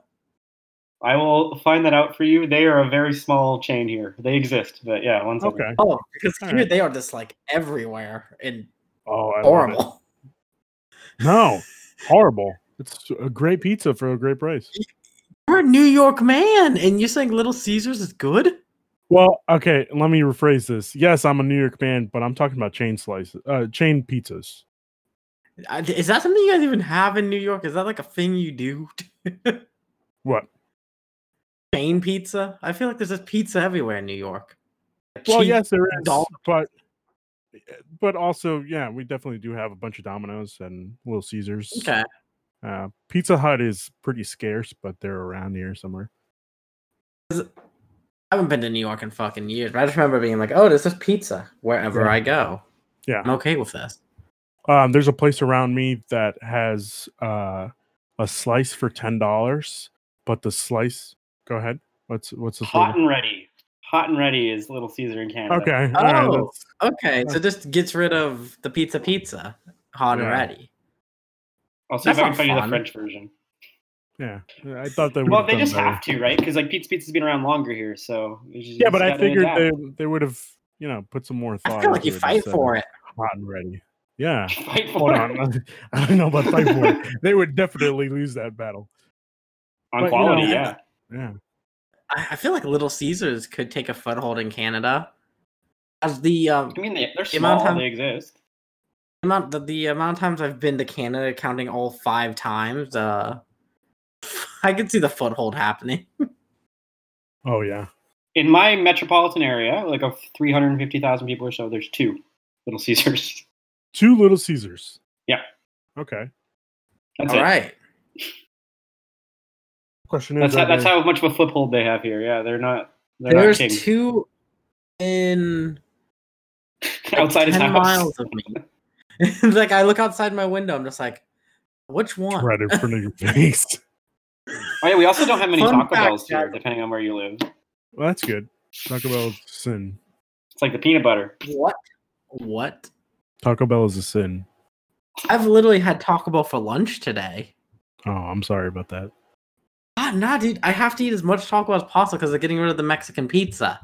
[SPEAKER 2] I will find that out for you. They are a very small chain here. They exist, but yeah, one's only-
[SPEAKER 1] Okay.
[SPEAKER 3] Oh, because
[SPEAKER 1] All
[SPEAKER 3] here
[SPEAKER 1] right.
[SPEAKER 3] they are just like everywhere and
[SPEAKER 1] Oh, I love it.
[SPEAKER 3] horrible.
[SPEAKER 1] No, horrible. It's a great pizza for a great price.
[SPEAKER 3] You're a New York man, and you're saying Little Caesars is good?
[SPEAKER 1] Well, okay, let me rephrase this. Yes, I'm a New York man, but I'm talking about chain slices, uh, chain pizzas.
[SPEAKER 3] I- Is that something you guys even have in New York? Is that like a thing you do?
[SPEAKER 1] What?
[SPEAKER 3] Chain pizza? I feel like there's just pizza everywhere in New York.
[SPEAKER 1] Well,
[SPEAKER 3] Cheap-
[SPEAKER 1] yes, there is,
[SPEAKER 3] dollar
[SPEAKER 1] but but also, yeah, we definitely do have a bunch of Domino's and Little Caesars.
[SPEAKER 3] Okay.
[SPEAKER 1] Uh, Pizza Hut is pretty scarce, but they're around here somewhere.
[SPEAKER 3] I haven't been to New York in fucking years, but I just remember being like, oh, there's just pizza wherever
[SPEAKER 1] Yeah.
[SPEAKER 3] I go.
[SPEAKER 1] Yeah.
[SPEAKER 3] I'm okay with this.
[SPEAKER 1] Um, there's a place around me that has uh, a slice for ten dollars, but the slice. Go ahead. What's what's the
[SPEAKER 2] Hot
[SPEAKER 1] flavor?
[SPEAKER 2] and ready. Hot and ready is Little Caesar in Canada.
[SPEAKER 1] Okay. all right,
[SPEAKER 3] Oh.
[SPEAKER 1] that's-
[SPEAKER 3] Okay,
[SPEAKER 1] Uh,
[SPEAKER 3] so just gets rid of the pizza pizza hot
[SPEAKER 1] Yeah.
[SPEAKER 3] and ready.
[SPEAKER 2] I'll see if
[SPEAKER 3] That's
[SPEAKER 2] I can
[SPEAKER 3] not
[SPEAKER 2] find you the
[SPEAKER 3] fun.
[SPEAKER 2] French version.
[SPEAKER 1] yeah. I thought they.
[SPEAKER 2] Well,
[SPEAKER 1] would've
[SPEAKER 2] they
[SPEAKER 1] done
[SPEAKER 2] just
[SPEAKER 1] better.
[SPEAKER 2] have to, right? Because like Pizza Pizza's been around longer here, so you just-
[SPEAKER 1] Yeah, but
[SPEAKER 2] you
[SPEAKER 1] I
[SPEAKER 2] gotta
[SPEAKER 1] figured
[SPEAKER 2] adapt.
[SPEAKER 1] they they would have you know put some more thought.
[SPEAKER 3] I feel like you
[SPEAKER 1] into it
[SPEAKER 3] fight
[SPEAKER 1] instead of
[SPEAKER 3] for it.
[SPEAKER 1] Hot and ready.
[SPEAKER 2] [laughs]
[SPEAKER 1] Yeah.
[SPEAKER 2] fight for
[SPEAKER 1] Hold
[SPEAKER 2] it.
[SPEAKER 1] on. [laughs] I don't know about fight for it. They would definitely lose that battle.
[SPEAKER 2] on
[SPEAKER 1] But, you
[SPEAKER 2] quality.
[SPEAKER 1] know,
[SPEAKER 2] yeah,
[SPEAKER 1] Yeah.
[SPEAKER 3] I, I feel like Little Caesars could take a foothold in Canada. As the um,
[SPEAKER 2] I mean they, they're
[SPEAKER 3] The amount
[SPEAKER 2] small.
[SPEAKER 3] of time-
[SPEAKER 2] They exist.
[SPEAKER 3] amount the, the amount of times I've been to Canada, counting all five times, uh, [laughs] I could see the
[SPEAKER 2] [laughs]
[SPEAKER 3] foothold happening.
[SPEAKER 1] Oh yeah.
[SPEAKER 2] In my metropolitan area, like of 350,000 people or so, there's two Little Caesars. [laughs]
[SPEAKER 1] Two Little Caesars.
[SPEAKER 2] Yeah.
[SPEAKER 1] Okay.
[SPEAKER 2] That's
[SPEAKER 3] all
[SPEAKER 2] it.
[SPEAKER 3] right,
[SPEAKER 1] Question
[SPEAKER 2] That's
[SPEAKER 1] is.
[SPEAKER 2] how,
[SPEAKER 1] are
[SPEAKER 2] that's
[SPEAKER 1] they-
[SPEAKER 2] how much of a foothold they have here. Yeah, they're not. They're
[SPEAKER 3] there's
[SPEAKER 2] not kings.
[SPEAKER 3] two in
[SPEAKER 2] [laughs]
[SPEAKER 3] like,
[SPEAKER 2] outside his
[SPEAKER 3] ten
[SPEAKER 2] house.
[SPEAKER 3] miles of me. [laughs] like I look outside my window, I'm just like, which
[SPEAKER 1] [laughs]
[SPEAKER 3] one?
[SPEAKER 1] Right in front of your face.
[SPEAKER 2] Oh yeah, we also don't have many
[SPEAKER 3] Fun
[SPEAKER 2] Taco
[SPEAKER 3] fact,
[SPEAKER 2] Bells here,
[SPEAKER 3] guys.
[SPEAKER 2] depending on where you live.
[SPEAKER 1] Well, that's good. Taco Bell is a sin.
[SPEAKER 2] It's like the peanut butter.
[SPEAKER 3] What? What?
[SPEAKER 1] Taco Bell is a sin.
[SPEAKER 3] I've literally had Taco Bell for lunch today.
[SPEAKER 1] Oh, I'm sorry about that.
[SPEAKER 3] Ah, nah, dude. I have to eat as much Taco Bell as possible because they're getting rid of the Mexican pizza.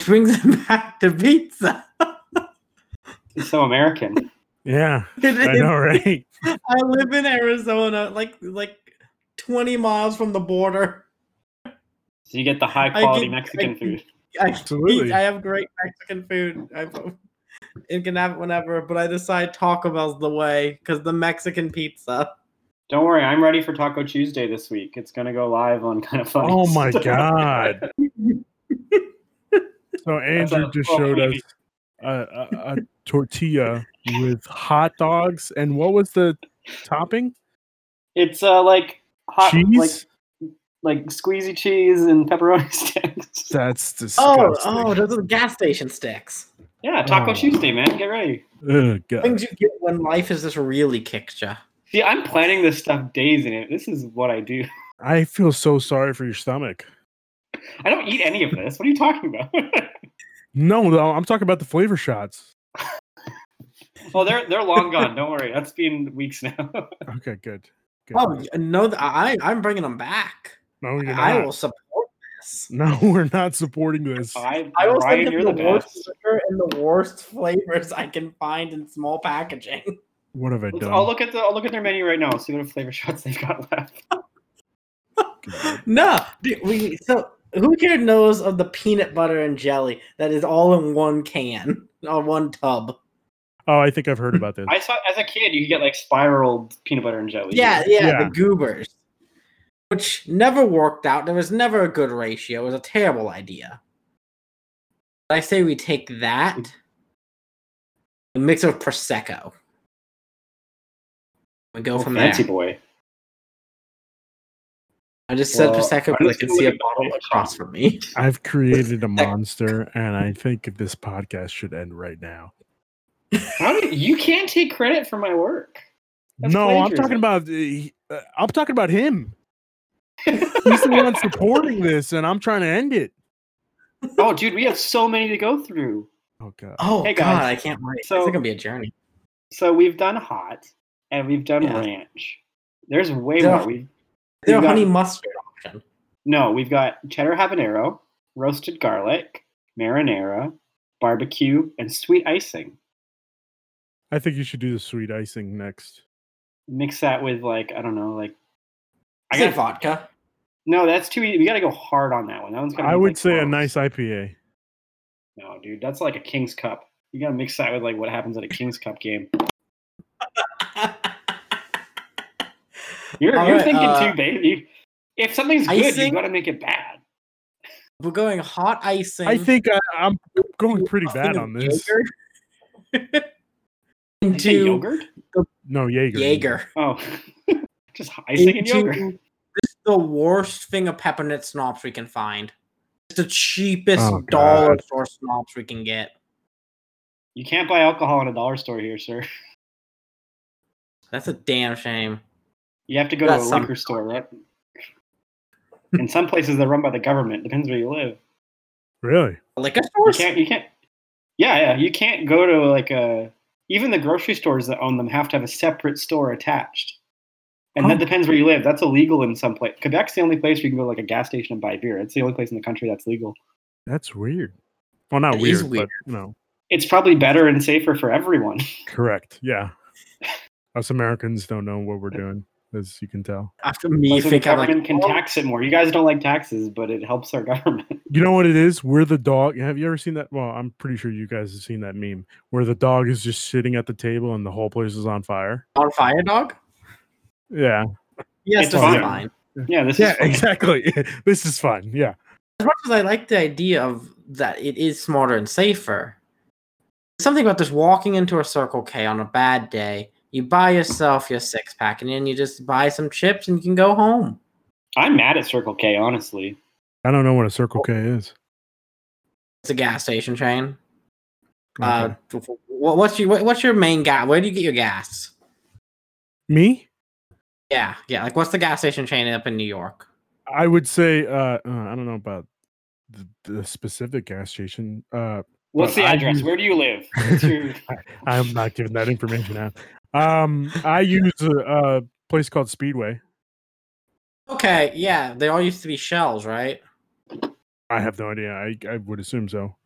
[SPEAKER 3] Which brings [laughs] it back to pizza. [laughs]
[SPEAKER 2] It's so American.
[SPEAKER 1] Yeah,
[SPEAKER 3] It
[SPEAKER 1] I
[SPEAKER 3] is-
[SPEAKER 1] know, [laughs] right?
[SPEAKER 3] [laughs] I live in Arizona, like like twenty miles from the border.
[SPEAKER 2] So you get the high
[SPEAKER 3] I
[SPEAKER 2] quality
[SPEAKER 3] get-
[SPEAKER 2] Mexican
[SPEAKER 3] I-
[SPEAKER 2] food.
[SPEAKER 3] I
[SPEAKER 1] Absolutely.
[SPEAKER 3] eat- I have great Mexican food. I it can have it whenever, but I decide Taco Bell's the way because the Mexican pizza.
[SPEAKER 2] Don't worry, I'm ready for Taco Tuesday this week. It's gonna go live on kind of funny.
[SPEAKER 1] Oh my
[SPEAKER 2] Stuff.
[SPEAKER 3] [laughs]
[SPEAKER 1] god! So Andrew
[SPEAKER 2] sounds
[SPEAKER 1] just
[SPEAKER 2] so
[SPEAKER 1] showed us
[SPEAKER 2] creepy.
[SPEAKER 1] a, a, a tortilla with hot dogs, and what was the topping?
[SPEAKER 2] [laughs] It's uh like hot
[SPEAKER 1] Cheese.
[SPEAKER 2] like like squeezy cheese and pepperoni [laughs] sticks.
[SPEAKER 1] That's disgusting.
[SPEAKER 3] Oh, oh, those are the gas station sticks.
[SPEAKER 2] Yeah, Taco
[SPEAKER 1] Oh.
[SPEAKER 2] Tuesday, man. Get ready.
[SPEAKER 1] Ugh, God.
[SPEAKER 3] Things you get when life has just really kicked you.
[SPEAKER 2] See, I'm planning this stuff days in it. This is what I do. [laughs]
[SPEAKER 1] I feel so sorry for your stomach.
[SPEAKER 2] I don't eat any of this. What are you talking about? [laughs]
[SPEAKER 1] No, no, I'm talking about the flavor shots.
[SPEAKER 2] well, Oh, they're they're long gone. Don't worry. That's been weeks now. [laughs]
[SPEAKER 1] Okay, good. good.
[SPEAKER 3] Oh y- no, th- I I'm bringing them back.
[SPEAKER 1] no, you're not.
[SPEAKER 3] I will support this.
[SPEAKER 1] [laughs] No, we're not supporting
[SPEAKER 3] [laughs]
[SPEAKER 1] this.
[SPEAKER 2] I,
[SPEAKER 3] I will
[SPEAKER 2] Ryan,
[SPEAKER 3] send
[SPEAKER 2] you're
[SPEAKER 3] them
[SPEAKER 2] the
[SPEAKER 3] the, worst
[SPEAKER 2] best.
[SPEAKER 3] liquor and the worst flavors I can find in small packaging. [laughs]
[SPEAKER 1] What have I
[SPEAKER 2] Let's-
[SPEAKER 1] done?
[SPEAKER 2] I'll look at the I'll look at their menu right now. See what flavor [laughs] shots they've got left.
[SPEAKER 3] no, dude, we, so who here knows of the peanut butter and jelly that is all in one can or one tub?
[SPEAKER 1] oh, I think I've heard about this.
[SPEAKER 2] I saw as a kid you could get like spiraled peanut butter and jelly.
[SPEAKER 3] Yeah, yeah,
[SPEAKER 1] Yeah.
[SPEAKER 3] the goobers, which never worked out. There was never a good ratio. It was a terrible idea. I say we take that, a mix of prosecco, and go from there.
[SPEAKER 2] Fancy boy.
[SPEAKER 3] I just said
[SPEAKER 2] Well,
[SPEAKER 3] prosecco
[SPEAKER 2] I'm
[SPEAKER 3] because I
[SPEAKER 2] just
[SPEAKER 3] can
[SPEAKER 2] gonna
[SPEAKER 3] see a
[SPEAKER 2] look at
[SPEAKER 3] bottle
[SPEAKER 2] my-
[SPEAKER 3] across from me.
[SPEAKER 1] I've created a monster, and I think this podcast should end right now.
[SPEAKER 2] How do you can't take credit for my work? That's
[SPEAKER 1] no, I'm
[SPEAKER 2] plagiarism.
[SPEAKER 1] talking about the- uh, I'm talking about him. He's the one supporting
[SPEAKER 3] [laughs]
[SPEAKER 1] this, and I'm trying to end it.
[SPEAKER 2] oh, dude, we have so many to go through.
[SPEAKER 1] Oh god.
[SPEAKER 3] [laughs] Oh
[SPEAKER 2] Hey, guys.
[SPEAKER 3] God, I can't wait.
[SPEAKER 2] So-
[SPEAKER 3] it's gonna be a journey.
[SPEAKER 2] So we've done hot and we've done
[SPEAKER 3] Yeah.
[SPEAKER 2] ranch. There's way
[SPEAKER 3] Yeah.
[SPEAKER 2] more. We've
[SPEAKER 3] Is there a
[SPEAKER 2] got-
[SPEAKER 3] honey mustard option?
[SPEAKER 2] no, we've got cheddar habanero, roasted garlic, marinara, barbecue, and sweet icing.
[SPEAKER 1] I think you should do the sweet icing next.
[SPEAKER 2] Mix that with like I don't know, like I
[SPEAKER 3] I got
[SPEAKER 2] got
[SPEAKER 3] vodka. [laughs]
[SPEAKER 2] no. That's too easy. We got to go hard on that one. That one's gonna.
[SPEAKER 1] I
[SPEAKER 2] be,
[SPEAKER 1] would
[SPEAKER 2] like,
[SPEAKER 1] say a
[SPEAKER 2] gross.
[SPEAKER 1] nice IPA.
[SPEAKER 2] No, dude, that's like a King's Cup. You gotta mix that with like what happens at a King's Cup game. You're,
[SPEAKER 3] All
[SPEAKER 2] you're
[SPEAKER 3] right,
[SPEAKER 2] thinking
[SPEAKER 3] uh,
[SPEAKER 2] too, babe. You, if something's good, you
[SPEAKER 3] icing?
[SPEAKER 2] gotta make it bad.
[SPEAKER 3] We're going hot icing.
[SPEAKER 1] I think I, I'm going pretty
[SPEAKER 3] Nothing
[SPEAKER 1] bad
[SPEAKER 3] of
[SPEAKER 1] on this.
[SPEAKER 3] [laughs] Jaeger.
[SPEAKER 2] Did you say
[SPEAKER 3] into
[SPEAKER 2] yogurt?
[SPEAKER 1] No, Jaeger.
[SPEAKER 3] Jaeger.
[SPEAKER 2] Oh, [laughs] just icing and
[SPEAKER 3] Into-
[SPEAKER 2] yogurt.
[SPEAKER 3] This is the worst thing of peppermint snobs we can find. It's the cheapest
[SPEAKER 1] Oh,
[SPEAKER 3] dollar store snobs we can get.
[SPEAKER 2] You can't buy alcohol in a dollar store here, sir.
[SPEAKER 3] That's a damn shame.
[SPEAKER 2] You have to go
[SPEAKER 3] That's
[SPEAKER 2] to a
[SPEAKER 3] some-
[SPEAKER 2] liquor store, right? in some places, they're run by the government. Depends where you live.
[SPEAKER 1] Really?
[SPEAKER 3] Liquor
[SPEAKER 2] You
[SPEAKER 3] stores?
[SPEAKER 2] can't. You can't. Yeah, yeah. You can't go to like a. Even the grocery stores that own them have to have a separate store attached. And that
[SPEAKER 1] Huh.
[SPEAKER 2] depends where you live. That's illegal in some place. Quebec's the only place where you can go to like a gas station and buy beer. It's the only place in the country that's legal.
[SPEAKER 1] That's weird. Well, not
[SPEAKER 3] That
[SPEAKER 1] weird,
[SPEAKER 3] is weird.
[SPEAKER 1] but no.
[SPEAKER 2] It's probably better and safer for everyone.
[SPEAKER 1] Correct.
[SPEAKER 3] [laughs]
[SPEAKER 1] Yeah. Us Americans don't know what we're doing, as you can tell.
[SPEAKER 3] After me,
[SPEAKER 2] Like, so the
[SPEAKER 3] think I'm
[SPEAKER 2] government
[SPEAKER 3] like,
[SPEAKER 2] can
[SPEAKER 3] oh,
[SPEAKER 2] tax it more. You guys don't like taxes, but it helps our government. [laughs]
[SPEAKER 1] You know what it is? We're the dog. Have you ever seen that? Well, I'm pretty sure you guys have seen that meme where the dog is just sitting at the table and the whole place is on fire.
[SPEAKER 3] on fire, dog?
[SPEAKER 1] Yeah.
[SPEAKER 3] Yes,
[SPEAKER 2] It's
[SPEAKER 3] this
[SPEAKER 1] fine.
[SPEAKER 3] is fine.
[SPEAKER 2] yeah,
[SPEAKER 1] [laughs]
[SPEAKER 2] this
[SPEAKER 1] Yeah,
[SPEAKER 2] is. fine.
[SPEAKER 1] exactly. [laughs] this is fun. Yeah.
[SPEAKER 3] As much as I like the idea of that it is smarter and safer, something about just walking into a Circle K on a bad day, you buy yourself your six pack and then you just buy some chips and you can go home.
[SPEAKER 2] I'm mad at Circle K, honestly.
[SPEAKER 1] I don't know what a Circle K is.
[SPEAKER 3] It's a gas station chain. Uh,
[SPEAKER 1] Okay.
[SPEAKER 3] wh- what's your what- what's your main gas? Where do you get your gas?
[SPEAKER 1] Me?
[SPEAKER 3] Yeah, yeah. Like, what's the gas station chain up in New York?
[SPEAKER 1] I would say, uh, uh, I don't know about the, the specific gas station. Uh,
[SPEAKER 2] What's
[SPEAKER 1] Well,
[SPEAKER 2] the
[SPEAKER 1] I
[SPEAKER 2] address?
[SPEAKER 1] use-
[SPEAKER 2] Where do
[SPEAKER 1] [laughs]
[SPEAKER 2] you live? What's [laughs] your-
[SPEAKER 1] I'm not giving that information out. Um, I use a, a place called Speedway.
[SPEAKER 3] Okay, yeah. They all used to be shells, right?
[SPEAKER 1] I have no idea. I, I would assume so.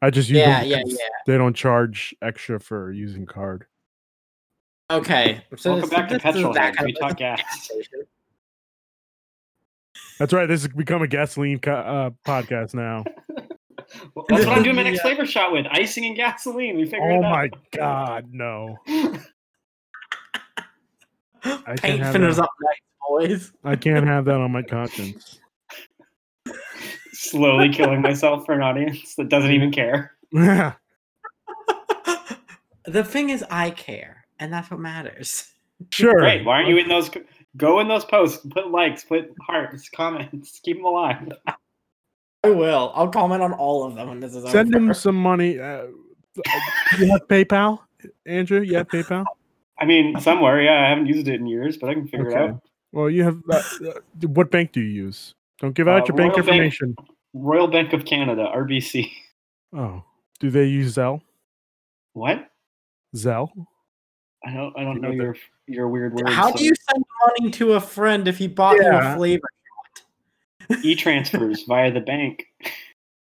[SPEAKER 1] I just use
[SPEAKER 3] Yeah,
[SPEAKER 1] them
[SPEAKER 3] yeah,
[SPEAKER 1] because
[SPEAKER 3] yeah.
[SPEAKER 1] They don't charge extra for using card.
[SPEAKER 3] Okay. So
[SPEAKER 2] Welcome
[SPEAKER 3] this-
[SPEAKER 2] back to
[SPEAKER 3] this is
[SPEAKER 2] Petrol
[SPEAKER 3] that
[SPEAKER 2] Heads.
[SPEAKER 3] kind
[SPEAKER 2] We
[SPEAKER 3] of-
[SPEAKER 2] talk
[SPEAKER 3] this
[SPEAKER 1] [laughs]
[SPEAKER 3] is a
[SPEAKER 2] gas.
[SPEAKER 3] station.
[SPEAKER 1] That's right. This has become a gasoline co- uh, podcast
[SPEAKER 3] [laughs]
[SPEAKER 1] now.
[SPEAKER 2] Well, That's what I'm doing my next
[SPEAKER 3] Yeah.
[SPEAKER 2] flavor shot with icing and gasoline. We figured
[SPEAKER 1] uh, oh
[SPEAKER 2] it out.
[SPEAKER 3] [laughs]
[SPEAKER 1] my god, no!
[SPEAKER 3] [gasps]
[SPEAKER 1] I can't
[SPEAKER 3] Paint
[SPEAKER 1] have
[SPEAKER 3] fingers
[SPEAKER 1] that.
[SPEAKER 3] up, nice boys. [laughs]
[SPEAKER 1] I can't have that on my conscience.
[SPEAKER 2] [laughs]
[SPEAKER 1] [laughs]
[SPEAKER 2] Slowly killing myself for an audience that doesn't even care.
[SPEAKER 1] yeah,
[SPEAKER 3] the thing is, I care, and that's what matters. [laughs]
[SPEAKER 1] sure.
[SPEAKER 2] Great. Why aren't you in those? co- Go in those posts. Put likes. Put hearts. Comments. Keep them alive.
[SPEAKER 3] I will. I'll comment on all of them when this is
[SPEAKER 1] Send
[SPEAKER 3] over.
[SPEAKER 1] him some money. Uh, you have PayPal, Andrew? You have PayPal?
[SPEAKER 2] I mean, somewhere. Yeah, I haven't used it in years, but I can figure
[SPEAKER 1] Okay.
[SPEAKER 2] it out.
[SPEAKER 1] Well, you have. Uh, uh, what bank do you use? Don't give out
[SPEAKER 2] Uh,
[SPEAKER 1] your bank
[SPEAKER 2] Royal Bank.
[SPEAKER 1] information.
[SPEAKER 2] Royal Bank of Canada, RBC.
[SPEAKER 1] Oh, do they use Zelle?
[SPEAKER 2] What?
[SPEAKER 1] Zelle?
[SPEAKER 2] I don't. I don't
[SPEAKER 1] You
[SPEAKER 2] know
[SPEAKER 1] know the-
[SPEAKER 2] your your weird words.
[SPEAKER 3] How do you send money to a friend if he bought you
[SPEAKER 1] Yeah.
[SPEAKER 3] a flavor? [laughs]
[SPEAKER 2] e transfers via the bank?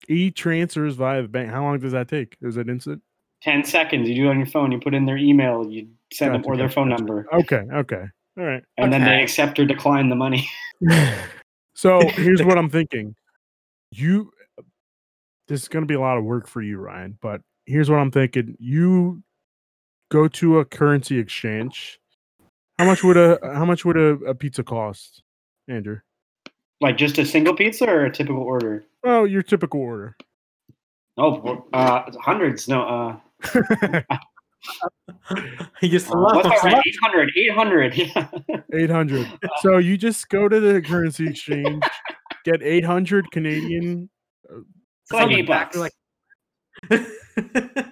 [SPEAKER 1] E transfers via the bank. How long does that take? Is it instant?
[SPEAKER 2] 10 seconds. You do it on your phone. You put in their email. You send them
[SPEAKER 1] Gotcha,
[SPEAKER 2] or their
[SPEAKER 1] gotcha,
[SPEAKER 2] phone
[SPEAKER 1] gotcha.
[SPEAKER 2] number,
[SPEAKER 1] Okay. Okay. All right.
[SPEAKER 2] and then they
[SPEAKER 3] Okay.
[SPEAKER 2] accept or decline the money. [laughs]
[SPEAKER 1] So here's what I'm thinking. You, this is going to be a lot of work for you, Ryan, but here's what I'm thinking. You go to a currency exchange. How much would a how much would a, a pizza cost, Andrew?
[SPEAKER 2] Like just a single pizza or a typical order?
[SPEAKER 1] Oh, your typical order.
[SPEAKER 2] Oh, uh, hundreds. No, uh,
[SPEAKER 3] He just
[SPEAKER 2] what's that
[SPEAKER 3] loves
[SPEAKER 2] right? 800, 800. [laughs] Yeah.
[SPEAKER 1] Eight hundred. So you just go to the currency exchange, get eight hundred Canadian
[SPEAKER 2] like
[SPEAKER 3] Something
[SPEAKER 2] eight
[SPEAKER 3] back, [laughs]
[SPEAKER 2] bucks.
[SPEAKER 3] like-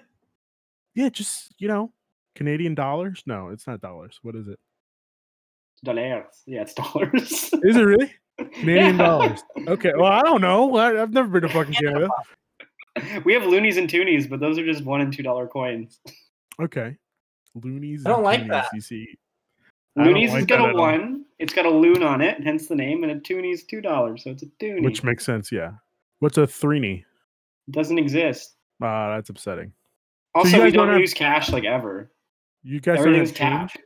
[SPEAKER 1] Yeah, just you know, Canadian dollars. No, it's not dollars. What is it?
[SPEAKER 2] Dollars. Yeah, it's dollars. [laughs]
[SPEAKER 1] Is it really Canadian
[SPEAKER 2] Yeah.
[SPEAKER 1] dollars? Okay. Well, I don't know. I, I've never been to fucking Canada.
[SPEAKER 2] [laughs] We have loonies and toonies, but those are just one and two dollar coins.
[SPEAKER 1] Okay. Loonies.
[SPEAKER 3] I don't
[SPEAKER 1] and
[SPEAKER 3] like
[SPEAKER 1] toonies,
[SPEAKER 3] that.
[SPEAKER 1] You see. I don't
[SPEAKER 2] Loonies has
[SPEAKER 1] like that
[SPEAKER 2] got
[SPEAKER 1] at
[SPEAKER 2] a
[SPEAKER 1] all.
[SPEAKER 2] one. It's got a loon on it, hence the name, and a toonie's two dollars, so it's a toonie.
[SPEAKER 1] Which makes sense, yeah. What's a threeny?
[SPEAKER 2] doesn't exist.
[SPEAKER 1] Ah, that's upsetting. So you
[SPEAKER 2] Also, we
[SPEAKER 1] guys don't
[SPEAKER 2] don't
[SPEAKER 1] have-
[SPEAKER 2] use cash like ever.
[SPEAKER 1] You guys don't
[SPEAKER 2] Everything's
[SPEAKER 1] have
[SPEAKER 2] tap.
[SPEAKER 1] change.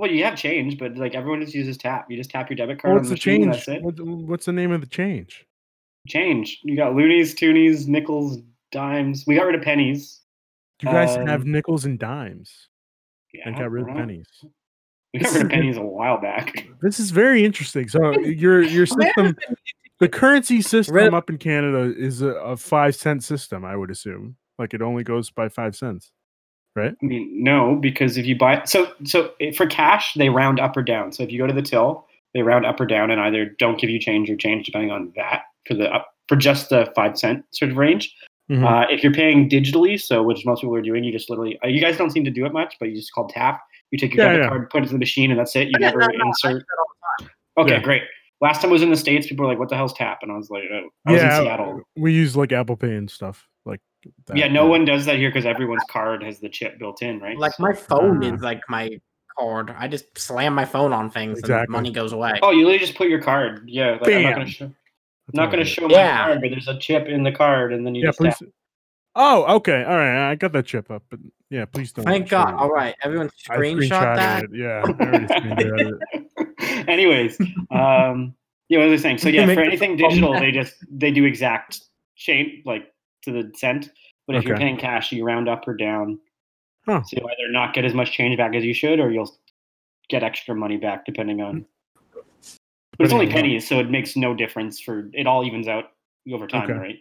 [SPEAKER 2] Well, you have change, but like everyone just uses tap. You just tap your debit card
[SPEAKER 1] What's the
[SPEAKER 2] on the machine.
[SPEAKER 1] change?
[SPEAKER 2] That's it.
[SPEAKER 1] What- What's the name of the change?
[SPEAKER 2] Change. You got loonies, toonies, nickels, dimes. We got rid of pennies.
[SPEAKER 1] You guys
[SPEAKER 2] Um,
[SPEAKER 1] have nickels and dimes
[SPEAKER 2] Yeah,
[SPEAKER 1] and got rid of
[SPEAKER 2] well,
[SPEAKER 1] pennies.
[SPEAKER 2] We got
[SPEAKER 1] [laughs]
[SPEAKER 2] rid of pennies a while back.
[SPEAKER 1] This is very interesting. So your your system, the currency system up in Canada is a, a five cent system, I would assume. Like it only goes by five cents.
[SPEAKER 2] I mean, no, because if you buy so so for cash, they round up or down. So if you go to the till, they round up or down, and either don't give you change or change depending on that for the up for just the five cent sort of range.
[SPEAKER 3] Mm-hmm.
[SPEAKER 1] Mhm.
[SPEAKER 2] Uh, if you're paying digitally, so which most people are doing, you just literally uh, you guys don't seem to do it much, but you just call tap. You take your
[SPEAKER 1] Yeah,
[SPEAKER 2] debit
[SPEAKER 1] yeah.
[SPEAKER 2] card, put it to the machine, and that's it. You
[SPEAKER 3] Yeah,
[SPEAKER 2] never
[SPEAKER 3] [laughs] no, no, I
[SPEAKER 2] insert. okay,
[SPEAKER 1] Yeah.
[SPEAKER 2] great. Last time I was in the states, people were like, "What the hell's tap?" And I was like, "Oh, I was in Seattle."
[SPEAKER 1] we use like Apple Pay and stuff like that.
[SPEAKER 2] Yeah, no one does that here because everyone's card has the chip built in, right?
[SPEAKER 3] Like
[SPEAKER 2] So-
[SPEAKER 3] my phone
[SPEAKER 1] Ah.
[SPEAKER 3] is like my card. I just slam my phone on things and
[SPEAKER 1] Exactly.
[SPEAKER 3] money goes away.
[SPEAKER 2] Oh, you literally just put your card. Yeah, like, I'm not
[SPEAKER 1] Bam.
[SPEAKER 2] gonna show,
[SPEAKER 1] That's
[SPEAKER 2] not
[SPEAKER 1] how I
[SPEAKER 2] gonna
[SPEAKER 1] do it.
[SPEAKER 2] show
[SPEAKER 3] Yeah.
[SPEAKER 2] my card, but there's a chip in the card, and then you
[SPEAKER 1] Yeah,
[SPEAKER 2] just tap.
[SPEAKER 1] please. Oh, okay. All right. I got that chip up, but yeah, please don't.
[SPEAKER 3] Thank
[SPEAKER 1] show
[SPEAKER 3] God.
[SPEAKER 1] me.
[SPEAKER 3] All right, everyone
[SPEAKER 1] I
[SPEAKER 3] screenshot
[SPEAKER 1] screenshotted
[SPEAKER 3] that.
[SPEAKER 1] It. Yeah. I
[SPEAKER 3] [laughs]
[SPEAKER 1] already screenshotted it.
[SPEAKER 2] [laughs] Anyways, um, yeah, what was I saying? So yeah,
[SPEAKER 3] Make
[SPEAKER 2] for
[SPEAKER 3] the
[SPEAKER 2] anything
[SPEAKER 3] phone
[SPEAKER 2] digital, they just they do exact shape like to the cent. But if you're
[SPEAKER 1] Okay.
[SPEAKER 2] paying cash, you round up or down,
[SPEAKER 1] Huh.
[SPEAKER 2] so you either not get as much change back as you should, or you'll get extra money back depending on. But it's only
[SPEAKER 1] Mm, Depending
[SPEAKER 2] pennies, so it makes no difference. For it all evens out over time,
[SPEAKER 1] Okay.
[SPEAKER 2] right?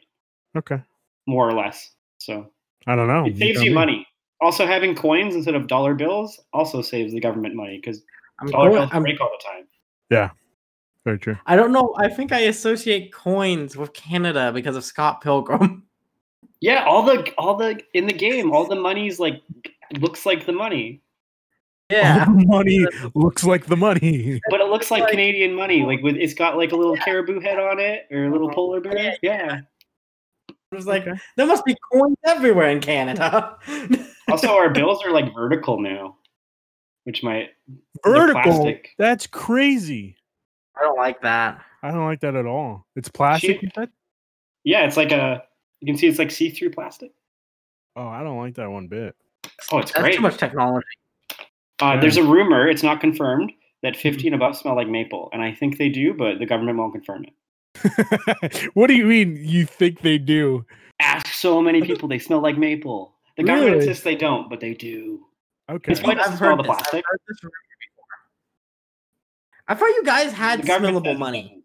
[SPEAKER 1] Okay.
[SPEAKER 2] More or less. So
[SPEAKER 1] I don't Oh, know.
[SPEAKER 2] it saves
[SPEAKER 1] tell
[SPEAKER 2] you
[SPEAKER 1] me.
[SPEAKER 2] money. Also, having coins instead of dollar bills also saves the government money because
[SPEAKER 3] I'm
[SPEAKER 1] Oh,
[SPEAKER 2] dollar
[SPEAKER 3] going,
[SPEAKER 2] bills
[SPEAKER 3] I'm,
[SPEAKER 2] break all the time.
[SPEAKER 1] Very true.
[SPEAKER 3] I don't know. I think I associate coins with Canada because of Scott Pilgrim. [laughs]
[SPEAKER 2] Yeah, all the all the in the game, all the money's like looks like the money,
[SPEAKER 3] Yeah.
[SPEAKER 1] All the [laughs] money looks like the
[SPEAKER 2] [laughs]
[SPEAKER 1] money.
[SPEAKER 2] but it looks like
[SPEAKER 3] Like-
[SPEAKER 2] Canadian money. Like with it's got like a little caribou head on it or a little polar bear. Yeah.
[SPEAKER 3] I was like, there must be coins everywhere in Canada. [laughs]
[SPEAKER 2] Also, our bills are like vertical now, which might they're
[SPEAKER 1] vertical.
[SPEAKER 2] plastic.
[SPEAKER 1] That's crazy.
[SPEAKER 3] I don't like that.
[SPEAKER 1] I don't like that at all. It's plastic.
[SPEAKER 2] She-
[SPEAKER 1] you said?
[SPEAKER 2] Yeah, it's like a you can see it's like see through plastic.
[SPEAKER 1] Oh, I don't like that one bit. [laughs]
[SPEAKER 2] Oh, it's
[SPEAKER 3] That's
[SPEAKER 2] great.
[SPEAKER 3] too much technology.
[SPEAKER 2] Uh, there's a rumor, it's not confirmed, that
[SPEAKER 3] Mm-hmm.
[SPEAKER 2] 50 and above smell like maple, and I think they do, but the government won't confirm it.
[SPEAKER 1] what do you mean? You think they do?
[SPEAKER 2] ask so many people they smell like maple the government
[SPEAKER 1] Really?
[SPEAKER 2] insists they don't but they do
[SPEAKER 1] Okay.
[SPEAKER 2] It's Why does it smell the
[SPEAKER 3] this.
[SPEAKER 2] plastic?
[SPEAKER 3] heard this rumor before. I thought you guys had
[SPEAKER 2] the government
[SPEAKER 3] smellable
[SPEAKER 2] says-
[SPEAKER 3] money.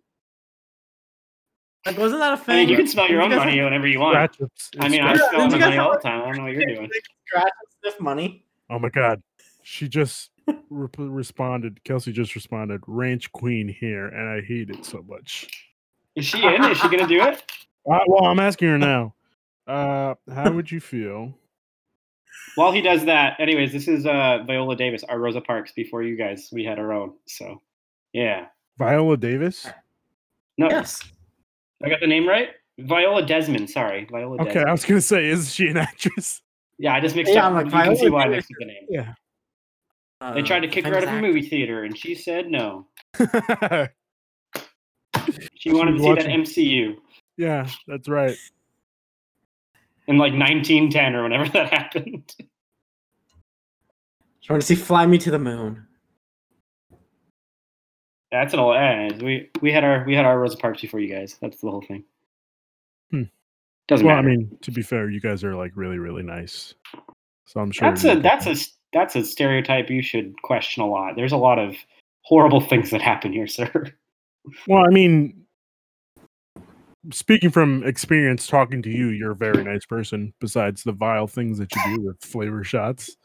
[SPEAKER 3] Like, wasn't that a
[SPEAKER 2] i
[SPEAKER 3] thing?
[SPEAKER 2] mean you can smell your
[SPEAKER 3] Did
[SPEAKER 2] own
[SPEAKER 3] you guys
[SPEAKER 2] money whenever you want
[SPEAKER 1] Scratch it.
[SPEAKER 2] i mean i
[SPEAKER 1] Scratch-
[SPEAKER 3] Yeah,
[SPEAKER 2] smell
[SPEAKER 3] did
[SPEAKER 2] my
[SPEAKER 3] you
[SPEAKER 2] money
[SPEAKER 3] guys
[SPEAKER 2] all the
[SPEAKER 3] have-
[SPEAKER 2] time i don't know what you're doing
[SPEAKER 3] Scratch and sniff money.
[SPEAKER 1] oh my god. She just re- responded. Kelsey just responded. Ranch Queen here, and I hate it so much.
[SPEAKER 2] [laughs] is she in is she gonna do it
[SPEAKER 1] Uh, well, I'm asking her now. Uh, how would you feel?
[SPEAKER 2] while he does that anyways this is uh viola davis our rosa parks before you guys we had our own so yeah
[SPEAKER 1] Viola Davis.
[SPEAKER 2] no
[SPEAKER 3] Yes.
[SPEAKER 2] i got the name right viola desmond sorry viola
[SPEAKER 1] Okay,
[SPEAKER 2] desmond
[SPEAKER 1] I was gonna say, is she an actress?
[SPEAKER 2] yeah i just mixed
[SPEAKER 3] Yeah,
[SPEAKER 2] up
[SPEAKER 3] I'm like,
[SPEAKER 2] you can see
[SPEAKER 3] Viola
[SPEAKER 2] why i
[SPEAKER 3] Davis
[SPEAKER 2] mixed up the name
[SPEAKER 1] Yeah.
[SPEAKER 2] they tried to
[SPEAKER 3] Uh,
[SPEAKER 2] kick her out of a
[SPEAKER 3] Zac-
[SPEAKER 2] movie theater and she said no she
[SPEAKER 1] She
[SPEAKER 2] wanted
[SPEAKER 1] was
[SPEAKER 2] to see that
[SPEAKER 1] watching-
[SPEAKER 2] mcu
[SPEAKER 1] [laughs] yeah, that's right.
[SPEAKER 2] in like 1910 or whenever [laughs] that happened.
[SPEAKER 3] I want to see Fly Me to the Moon.
[SPEAKER 2] That's an old ad. We we had our we had our Rosa Parks before you guys. That's the whole thing.
[SPEAKER 1] Hmm.
[SPEAKER 2] Doesn't
[SPEAKER 1] Well, I
[SPEAKER 2] matter.
[SPEAKER 1] mean, to be fair, you guys are like really, really nice. So I'm sure
[SPEAKER 2] that's a that's a that's a stereotype you should question a lot. There's a lot of horrible things that happen here, [laughs] sir.
[SPEAKER 1] well. I mean, speaking from experience, talking to you, you're a very nice person. Besides the vile things that you do with flavor shots,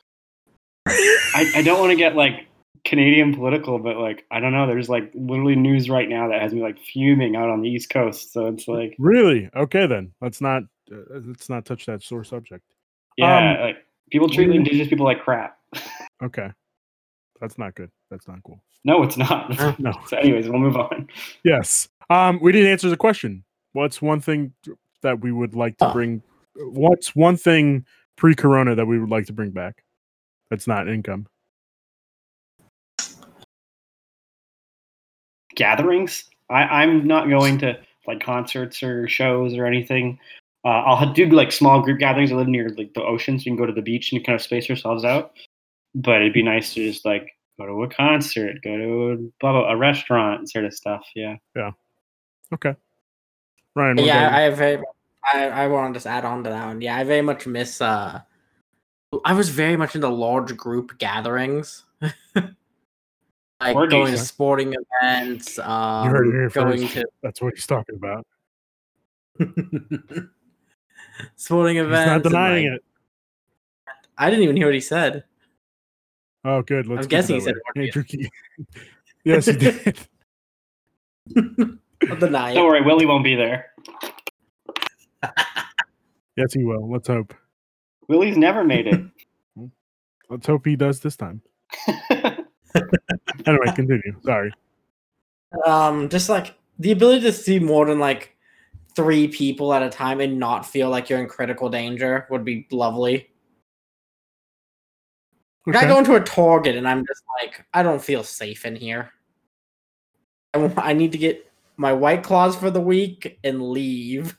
[SPEAKER 2] I, I don't want to get like Canadian political, but like I don't know. There's like literally news right now that has me like fuming out on the East Coast. So it's like
[SPEAKER 1] really okay. Then let's not uh, let's not touch that sore subject.
[SPEAKER 2] yeah,
[SPEAKER 1] Um,
[SPEAKER 2] like People treat indigenous people like crap. [laughs]
[SPEAKER 1] Okay. That's not good. That's not cool.
[SPEAKER 2] No, it's not.
[SPEAKER 1] No.
[SPEAKER 2] [laughs] so, anyways, we'll move on.
[SPEAKER 1] Yes. Um, we didn't answer the question. What's one thing that we would like to
[SPEAKER 3] Oh.
[SPEAKER 1] bring? What's one thing pre-corona that we would like to bring back? That's not income.
[SPEAKER 2] Gatherings. I, I'm not going to like concerts or shows or anything. Uh, I'll do like small group gatherings. I live near like the ocean, so we can go to the beach and kind of space ourselves out. But it'd be nice to just like go to a concert, go to a, blah, blah, a restaurant, sort of stuff. Yeah.
[SPEAKER 1] Ryan, what
[SPEAKER 3] yeah,
[SPEAKER 1] about you?
[SPEAKER 3] I, I very, I, I want to just add on to that one. Yeah, I very much miss. uh I was very much into large group gatherings, [laughs] like
[SPEAKER 2] Orgies,
[SPEAKER 3] going to
[SPEAKER 2] huh?
[SPEAKER 3] sporting events, um,
[SPEAKER 1] heard it here
[SPEAKER 3] going
[SPEAKER 1] first. that's what he's talking about.
[SPEAKER 3] to [laughs] sporting
[SPEAKER 1] He's
[SPEAKER 3] events.
[SPEAKER 1] not
[SPEAKER 3] and,
[SPEAKER 1] denying
[SPEAKER 3] like-
[SPEAKER 1] it.
[SPEAKER 3] I didn't even hear what he said.
[SPEAKER 1] Oh, good. Let's keep it
[SPEAKER 3] guessing he
[SPEAKER 1] that
[SPEAKER 3] said
[SPEAKER 1] way.
[SPEAKER 3] orgy.
[SPEAKER 1] Hey, Tricky. [laughs] yes, he
[SPEAKER 3] [laughs]
[SPEAKER 1] did.
[SPEAKER 3] I'll deny
[SPEAKER 2] Don't
[SPEAKER 3] it.
[SPEAKER 2] worry, Willie won't be there.
[SPEAKER 1] Yes, he will. Let's hope.
[SPEAKER 2] Willie's never made [laughs]
[SPEAKER 1] Let's hope he does this time.
[SPEAKER 2] it.
[SPEAKER 1] Anyway,
[SPEAKER 3] Ah.
[SPEAKER 1] continue. Sorry.
[SPEAKER 3] Um, just like the ability to see more than like three people at a time and not feel like you're in critical danger would be lovely. Like I
[SPEAKER 1] Okay.
[SPEAKER 3] go into a Target and I'm just like, I don't feel safe in here. I, w- I need to get my white claws for the week and leave.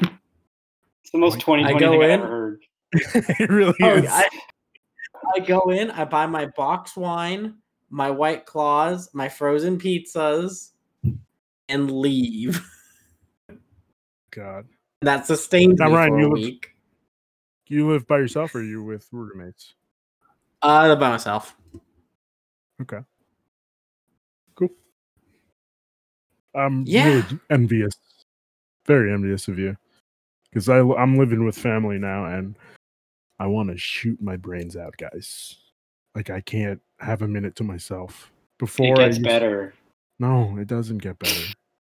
[SPEAKER 3] [laughs]
[SPEAKER 2] It's the most 2020
[SPEAKER 3] [laughs] I go
[SPEAKER 2] thing I've
[SPEAKER 3] in.
[SPEAKER 2] ever heard.
[SPEAKER 1] [laughs] it really
[SPEAKER 3] Oh,
[SPEAKER 1] is.
[SPEAKER 3] I, I go in, I buy my box wine, my white claws, my frozen pizzas, and leave. [laughs]
[SPEAKER 1] God.
[SPEAKER 3] That sustains
[SPEAKER 1] Now,
[SPEAKER 3] me
[SPEAKER 1] Ryan,
[SPEAKER 3] for a
[SPEAKER 1] you look-
[SPEAKER 3] week.
[SPEAKER 1] You live by yourself or are you with roommates?
[SPEAKER 3] Uh, by myself.
[SPEAKER 1] I'm
[SPEAKER 3] Yeah.
[SPEAKER 1] really envious, very envious of you, because I I'm living with family now, and I want to shoot my brains out, guys. Like I can't have a minute to myself. Before
[SPEAKER 2] It
[SPEAKER 1] I
[SPEAKER 2] gets
[SPEAKER 1] used-
[SPEAKER 2] better.
[SPEAKER 1] No, it doesn't get better.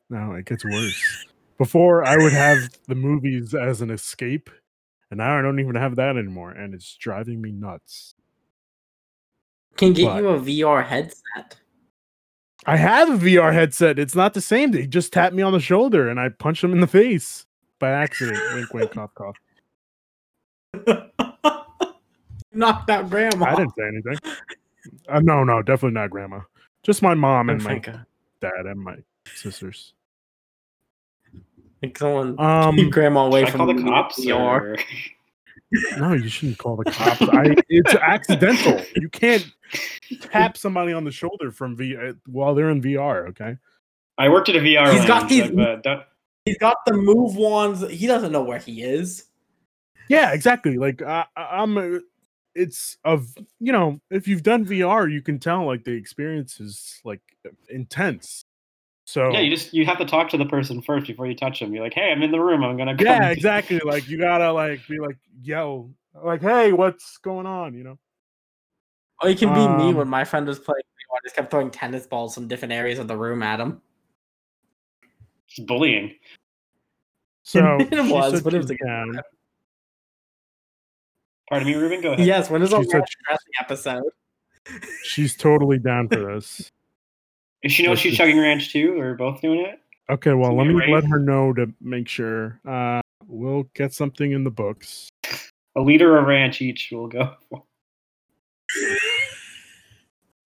[SPEAKER 1] No, it gets worse. Before I would have the movies as an escape, and now I don't even have that anymore, and it's driving me nuts.
[SPEAKER 3] Can get
[SPEAKER 1] But-
[SPEAKER 3] you a VR headset. [laughs]
[SPEAKER 1] I have a VR headset. It's not the same. They just tapped me on the shoulder and I punched him in the face by accident. wink, wink, cough, cough.
[SPEAKER 3] Knocked out grandma.
[SPEAKER 1] I didn't say anything. Uh, no, no, definitely not grandma. Just my mom
[SPEAKER 3] [laughs] Oh,
[SPEAKER 1] and my
[SPEAKER 3] thank God.
[SPEAKER 1] dad and my sisters.
[SPEAKER 3] Like someone
[SPEAKER 1] Um,
[SPEAKER 3] keep grandma away
[SPEAKER 2] Should I
[SPEAKER 3] from
[SPEAKER 2] call the
[SPEAKER 3] the
[SPEAKER 2] cops?
[SPEAKER 3] VR.
[SPEAKER 2] or-
[SPEAKER 1] no, you shouldn't call the cops. I, it's accidental. You can't tap somebody on the shoulder from V uh, while they're in VR. Okay,
[SPEAKER 2] I worked at a VR.
[SPEAKER 3] He's got
[SPEAKER 2] lounge,
[SPEAKER 3] these-
[SPEAKER 2] but, uh, don't-
[SPEAKER 3] He's got the move wands. He doesn't know where he is.
[SPEAKER 1] yeah, exactly. Like I, I- I'm. uh, It's of you know if you've done VR, you can tell like the experience is like intense. So
[SPEAKER 2] Yeah, you just you have to talk to the person first before you touch them. You're like, hey, I'm in the room. I'm gonna. Come
[SPEAKER 1] yeah
[SPEAKER 2] to-" [laughs]
[SPEAKER 1] exactly like you gotta like be like yell like hey what's going on you know
[SPEAKER 3] Or Oh, he can be me
[SPEAKER 1] Um,
[SPEAKER 3] when my friend was playing. I just kept throwing tennis balls from different areas of the room at him.
[SPEAKER 2] It's bullying.
[SPEAKER 1] so
[SPEAKER 3] [laughs] It
[SPEAKER 1] she
[SPEAKER 3] was,
[SPEAKER 1] said
[SPEAKER 3] but it was
[SPEAKER 1] she's
[SPEAKER 3] a good
[SPEAKER 1] down.
[SPEAKER 2] Pardon me, Ruben. Go ahead.
[SPEAKER 3] Yes, when is our
[SPEAKER 1] She's such-
[SPEAKER 3] last dressing episode?
[SPEAKER 1] she's totally down for this
[SPEAKER 2] Does she know
[SPEAKER 1] Yes,
[SPEAKER 2] she's
[SPEAKER 1] yes.
[SPEAKER 2] chugging ranch too, or both doing it?
[SPEAKER 1] okay well let
[SPEAKER 2] Somebody
[SPEAKER 1] me let
[SPEAKER 2] raise-
[SPEAKER 1] her know to make sure uh we'll get something in the books
[SPEAKER 2] A liter of ranch each. We'll go. for.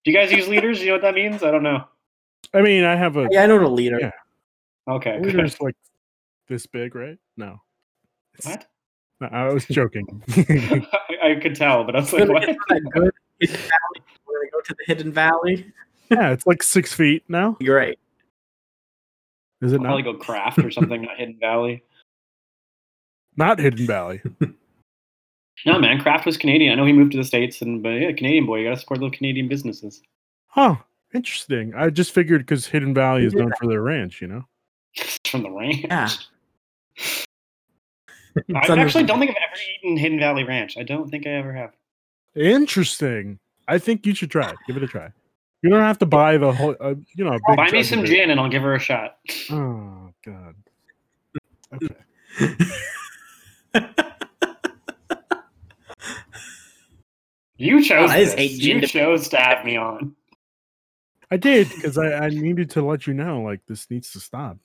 [SPEAKER 2] Do you guys use liters? Do you know what that means? I don't know.
[SPEAKER 1] i mean i have a
[SPEAKER 3] Yeah, I know the leader.
[SPEAKER 1] Yeah.
[SPEAKER 2] Okay. [laughs] good.
[SPEAKER 1] leader's like this big right no It's-
[SPEAKER 2] What?
[SPEAKER 1] No, i was joking [laughs]
[SPEAKER 2] I, I could tell, but I was
[SPEAKER 3] We're
[SPEAKER 2] like,
[SPEAKER 3] gonna
[SPEAKER 2] what?
[SPEAKER 3] get to that good hidden valley. We're gonna go to the hidden valley.
[SPEAKER 1] yeah it's like six feet now
[SPEAKER 3] Great.
[SPEAKER 1] is it
[SPEAKER 2] I'll probably
[SPEAKER 1] not
[SPEAKER 2] go craft or something, not Hidden Valley.
[SPEAKER 1] not hidden valley
[SPEAKER 2] No, man, Kraft was Canadian. I know he moved to the states, and but yeah, Canadian boy, you gotta support little Canadian businesses.
[SPEAKER 1] huh interesting i just figured because hidden valley is known for their ranch you know
[SPEAKER 2] From the ranch.
[SPEAKER 3] Yeah.
[SPEAKER 2] I
[SPEAKER 3] It's under-
[SPEAKER 2] actually don't think I've ever eaten Hidden Valley Ranch. I don't think I ever have.
[SPEAKER 1] Interesting. I think you should try. it. Give it a try. You don't have to buy the whole. Uh, you know, a big
[SPEAKER 2] Buy me
[SPEAKER 1] jug
[SPEAKER 2] some
[SPEAKER 1] of it.
[SPEAKER 2] gin, and I'll give her a
[SPEAKER 3] [laughs]
[SPEAKER 2] shot.
[SPEAKER 1] Oh God. Okay.
[SPEAKER 2] You chose.
[SPEAKER 3] I just
[SPEAKER 2] this.
[SPEAKER 3] hate
[SPEAKER 2] You
[SPEAKER 3] Gene to-
[SPEAKER 2] chose to have me on.
[SPEAKER 1] I did because I, I needed to let you know like this needs to stop.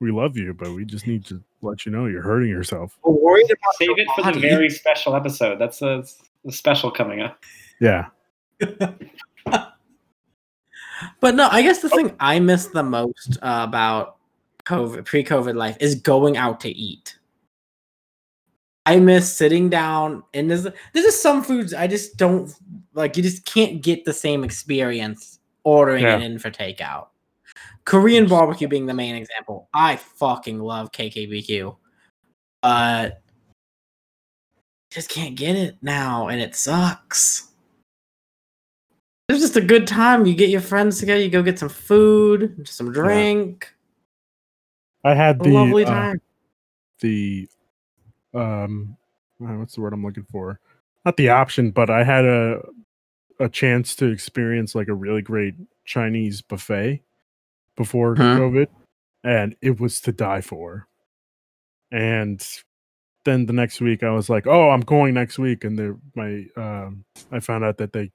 [SPEAKER 1] We love you, but we just need to let you know you're hurting yourself.
[SPEAKER 3] We're worried about
[SPEAKER 2] Save
[SPEAKER 3] your
[SPEAKER 2] it for the
[SPEAKER 3] body.
[SPEAKER 2] very special episode. That's a, a special coming up.
[SPEAKER 1] Yeah.
[SPEAKER 3] But no, I
[SPEAKER 2] Oh.
[SPEAKER 3] guess the thing I miss the most uh, about COVID, pre-COVID life is going out to eat. I miss sitting down and there's there's just some foods I just don't like. You just can't get the same experience ordering
[SPEAKER 1] Yeah.
[SPEAKER 3] it in for takeout. Korean barbecue being the main example. I fucking love KKBQ, but just can't get it now, and it sucks. It was just a good time. You get your friends together, you go get some food, some drink.
[SPEAKER 1] I had
[SPEAKER 3] A
[SPEAKER 1] the
[SPEAKER 3] lovely
[SPEAKER 1] uh,
[SPEAKER 3] [laughs] time.
[SPEAKER 1] the um uh, what's the word I'm looking for? Not the option, but I had a a chance to experience like a really great Chinese buffet before
[SPEAKER 3] Huh?
[SPEAKER 1] COVID and it was to die for. And then the next week I was like, "Oh, I'm going next week." And they my um I found out that they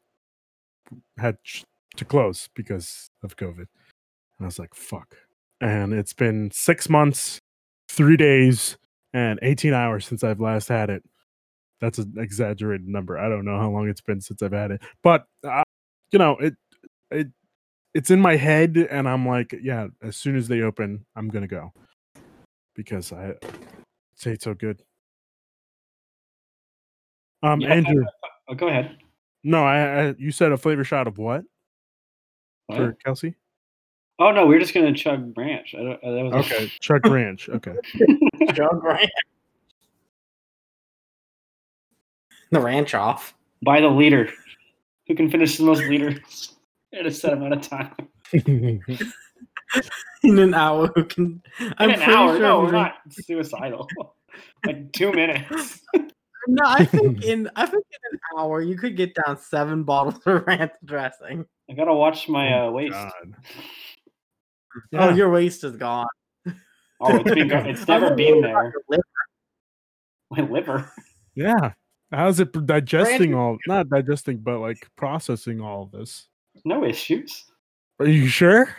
[SPEAKER 1] had ch- to close because of COVID. And I was like, "Fuck." And it's been 6 months, 3 days, and 18 hours since I've last had it. That's an exaggerated number. I don't know how long it's been since I've had it, but uh, you know it it it's in my head, and I'm like, yeah, as soon as they open, I'm gonna go because I say it's so good. Um,
[SPEAKER 2] Yeah.
[SPEAKER 1] Andrew,
[SPEAKER 2] Oh, go ahead.
[SPEAKER 1] no, I, I you said a flavor shot of what
[SPEAKER 2] What?
[SPEAKER 1] for
[SPEAKER 2] [laughs]
[SPEAKER 1] Kelsey?
[SPEAKER 2] Oh no, we are just gonna chug branch. I don't, uh, that was
[SPEAKER 1] Okay, Chuck Ranch. Okay,
[SPEAKER 2] [laughs]
[SPEAKER 3] Jug ranch. The ranch off.
[SPEAKER 2] by the leader. Who can finish the most [laughs] leaders in a set amount of time?
[SPEAKER 3] In an hour, who can? [laughs] I'm
[SPEAKER 2] In an hour?
[SPEAKER 3] pretty
[SPEAKER 2] no, we're
[SPEAKER 3] everybody-
[SPEAKER 2] not suicidal. [laughs] like two minutes. [laughs]
[SPEAKER 3] No, I [laughs] think in I think in an hour you could get down seven bottles of [laughs] ranch dressing.
[SPEAKER 2] I gotta watch my uh, waist.
[SPEAKER 1] God.
[SPEAKER 3] Oh,
[SPEAKER 1] Yeah.
[SPEAKER 3] your waist is gone.
[SPEAKER 2] Oh, it's been. go- It's never
[SPEAKER 3] [laughs] I'm
[SPEAKER 2] been
[SPEAKER 3] worried about
[SPEAKER 2] there.
[SPEAKER 3] your
[SPEAKER 2] My
[SPEAKER 3] lip.
[SPEAKER 2] liver.
[SPEAKER 1] Yeah. How's it pr- digesting all not digesting but like processing all of this?
[SPEAKER 2] No issues.
[SPEAKER 1] Are you sure? [laughs]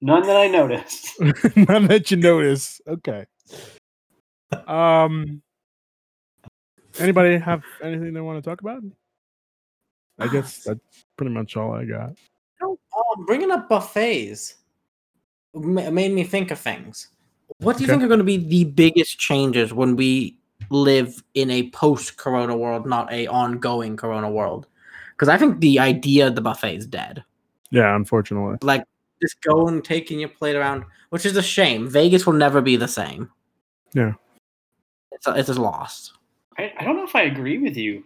[SPEAKER 2] None that I noticed.
[SPEAKER 1] None that you notice. Okay. Um anybody have anything they want to talk about? I guess that's pretty much all I got.
[SPEAKER 3] No, um, bringing up buffets ma- made me think of things. What do you
[SPEAKER 1] Okay.
[SPEAKER 3] think are going to be the biggest changes when we live in a post-corona world, not a ongoing corona world? Because I think the idea of the buffet is dead.
[SPEAKER 1] Yeah, unfortunately.
[SPEAKER 3] Like just going, taking your plate around, which is a shame. Vegas will never be the same.
[SPEAKER 1] Yeah.
[SPEAKER 3] it's a, it's a loss.
[SPEAKER 2] I, I don't know if I agree with you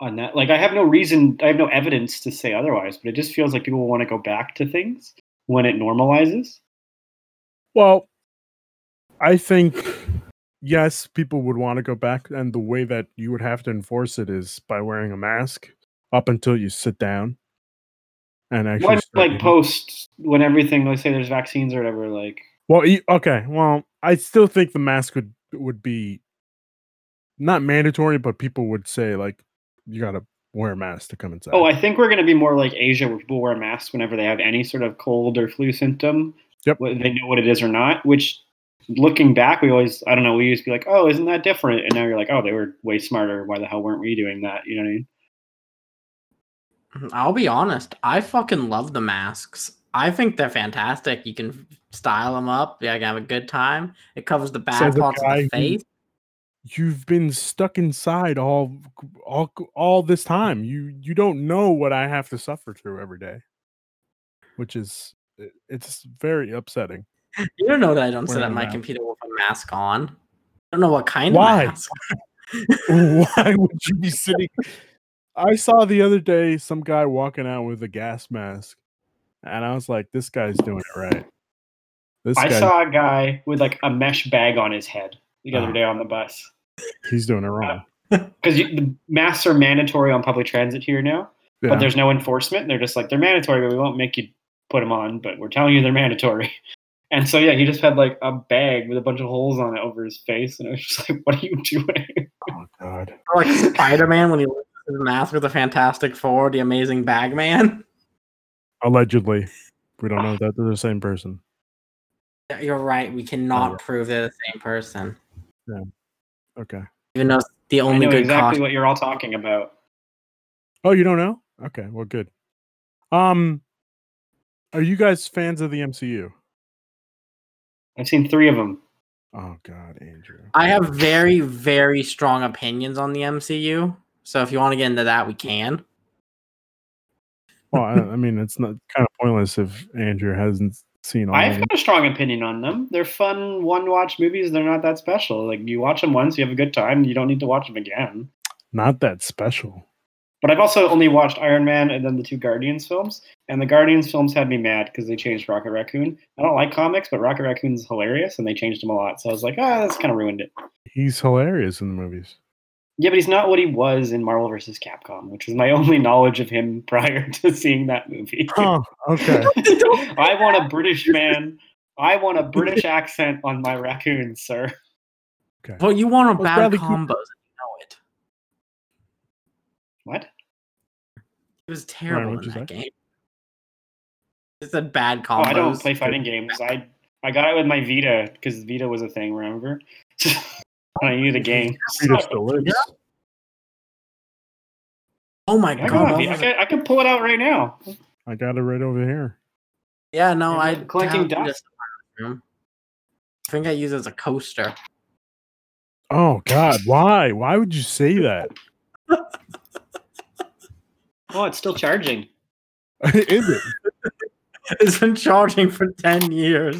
[SPEAKER 2] on that. Like, I have no reason, I have no evidence to say otherwise, but it just feels like people want to go back to things when it normalizes.
[SPEAKER 1] Well, I think yes, people would want to go back, and the way that you would have to enforce it is by wearing a mask up until you sit down and actually.
[SPEAKER 2] What,
[SPEAKER 1] start
[SPEAKER 2] like,
[SPEAKER 1] eating.
[SPEAKER 2] post when everything, let's say there's vaccines or whatever, like,
[SPEAKER 1] Well, e- okay. Well, I still think the mask would would be not mandatory, but people would say like you gotta wear a mask to come inside.
[SPEAKER 2] oh, I think we're going to be more like Asia where people wear masks whenever they have any sort of cold or flu symptom.
[SPEAKER 1] Yep.
[SPEAKER 2] whether They know what it is or not, which looking back, we always, I don't know, we used to be like, oh, isn't that different? And now you're like, oh, they were way smarter. Why the hell weren't we doing that? You know what I mean?
[SPEAKER 3] I'll be honest. I fucking love the masks. I think they're fantastic. You can style them up. Yeah, I can have a good time. It covers the bad
[SPEAKER 1] Says the
[SPEAKER 3] parts
[SPEAKER 1] guy
[SPEAKER 3] of
[SPEAKER 1] who-
[SPEAKER 3] the face.
[SPEAKER 1] You've been stuck inside all all all this time. You you don't know what I have to suffer through every day, which is it- it's very upsetting. [laughs]
[SPEAKER 3] You don't know that I don't sit
[SPEAKER 1] Wearing
[SPEAKER 3] at
[SPEAKER 1] a
[SPEAKER 3] my
[SPEAKER 1] mask.
[SPEAKER 3] computer with a mask on. I don't know what kind
[SPEAKER 1] Why?
[SPEAKER 3] of mask.
[SPEAKER 1] Why would you be sitting? I saw the other day some guy walking out with a gas mask, and I was like, "This guy's doing it right." This
[SPEAKER 2] I
[SPEAKER 1] guy,
[SPEAKER 2] saw a guy with like a mesh bag on his head the
[SPEAKER 1] Ah.
[SPEAKER 2] other day on the bus
[SPEAKER 1] he's doing it wrong.
[SPEAKER 2] because the masks are mandatory on public transit here now,
[SPEAKER 1] Yeah.
[SPEAKER 2] but there's no enforcement. They're just like they're mandatory, but we won't make you put them on. But we're telling you they're mandatory. [laughs] And so yeah, he just had like a bag with a bunch of holes [laughs] on it over his face, and I was just like, "What are you doing?"
[SPEAKER 1] oh God,
[SPEAKER 3] Or Like Spider Man when he loses his mask with the Fantastic Four, the Amazing Bagman. [laughs]
[SPEAKER 1] Allegedly, we don't know that they're the same person.
[SPEAKER 3] Yeah, You're right. We cannot
[SPEAKER 1] yeah.
[SPEAKER 3] prove they're the same person.
[SPEAKER 1] Okay.
[SPEAKER 3] Even though the
[SPEAKER 2] I
[SPEAKER 3] only
[SPEAKER 2] know
[SPEAKER 3] good
[SPEAKER 2] exactly
[SPEAKER 3] costume.
[SPEAKER 2] what you're all talking about.
[SPEAKER 1] Oh, you don't know? Okay. Well, good. Um, are you guys fans of the MCU?
[SPEAKER 2] I've seen three of them.
[SPEAKER 1] Oh God, Andrew.
[SPEAKER 3] I have very, very strong opinions on the MCU. So if you want to get into that, we can.
[SPEAKER 1] Well, I, I mean, it's not kind of pointless if Andrew hasn't seen all of
[SPEAKER 2] I've
[SPEAKER 1] them.
[SPEAKER 2] got a strong opinion on them. They're fun one-watch movies. They're not that special. Like you watch them once, you have a good time. You don't need to watch them again.
[SPEAKER 1] Not that special.
[SPEAKER 2] But I've also only watched Iron Man and then the two Guardians films. And the Guardians films had me mad because they changed Rocket Raccoon. I don't like comics, but Rocket Raccoon's hilarious, and they changed him a lot. So I was like, ah, that's kind of ruined it.
[SPEAKER 1] He's hilarious in the movies.
[SPEAKER 2] Yeah, but he's not what he was in Marvel vs. Capcom, which was my [laughs] only knowledge of him prior [laughs] to seeing that movie.
[SPEAKER 1] Oh,
[SPEAKER 3] [laughs]
[SPEAKER 1] okay.
[SPEAKER 2] I want a British man. I want a British accent on my raccoon, sir.
[SPEAKER 1] Okay.
[SPEAKER 3] Well, you want a
[SPEAKER 1] Well,
[SPEAKER 3] bad
[SPEAKER 1] Bradley
[SPEAKER 3] combos.
[SPEAKER 1] Cooper-
[SPEAKER 3] and You know it.
[SPEAKER 2] What?
[SPEAKER 3] It was terrible
[SPEAKER 1] what'd
[SPEAKER 3] in
[SPEAKER 1] you
[SPEAKER 3] that
[SPEAKER 1] say?
[SPEAKER 3] game. It's a bad
[SPEAKER 2] Oh,
[SPEAKER 3] combos.
[SPEAKER 2] I don't play fighting games. I I got it with my Vita because Vita was a thing. Remember? [laughs] I needed a game.
[SPEAKER 1] Peter still lives.
[SPEAKER 3] Oh my
[SPEAKER 2] I, got a
[SPEAKER 3] god.
[SPEAKER 2] Vi- I, can, I can pull it out right now.
[SPEAKER 1] I got it right over here.
[SPEAKER 3] Yeah, no,
[SPEAKER 2] You're
[SPEAKER 3] I
[SPEAKER 2] collecting dust.
[SPEAKER 3] downloaded this in my room. I think I use it as a coaster. [laughs]
[SPEAKER 1] Oh God, why? Why would you say that? [laughs]
[SPEAKER 2] Oh, it's still charging.
[SPEAKER 1] Is it?
[SPEAKER 3] It's been charging for ten years.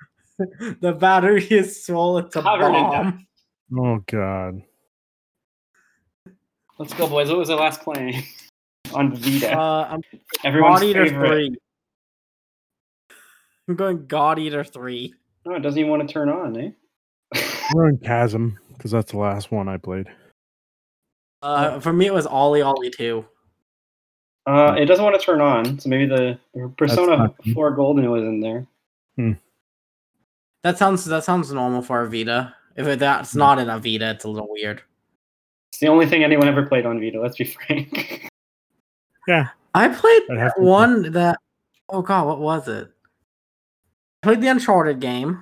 [SPEAKER 3] [laughs] the battery is full. It's a
[SPEAKER 2] Covered in
[SPEAKER 3] bomb.
[SPEAKER 1] Oh God.
[SPEAKER 2] Let's go, boys. What was the last play [laughs] on Vita?
[SPEAKER 3] Uh, I'm
[SPEAKER 2] [laughs] Everyone's
[SPEAKER 3] God Eater
[SPEAKER 2] favorite.
[SPEAKER 3] three. I'm going God Eater three.
[SPEAKER 2] No, Oh, it doesn't even want to turn on, eh?
[SPEAKER 1] We're in Chasm because that's the last one I played.
[SPEAKER 3] Uh, for me, it was Ollie Ollie two.
[SPEAKER 2] Uh, it doesn't want to turn on, so maybe the Persona
[SPEAKER 1] not-
[SPEAKER 2] 4 Golden was in there.
[SPEAKER 3] That sounds that sounds normal for a Vita. If it, that's not in a Vita, it's a little weird.
[SPEAKER 2] It's the only thing anyone ever played on Vita, let's be [laughs] frank.
[SPEAKER 3] I played
[SPEAKER 1] I'd have to-
[SPEAKER 3] one that. Oh god, what was it? I played the Uncharted game,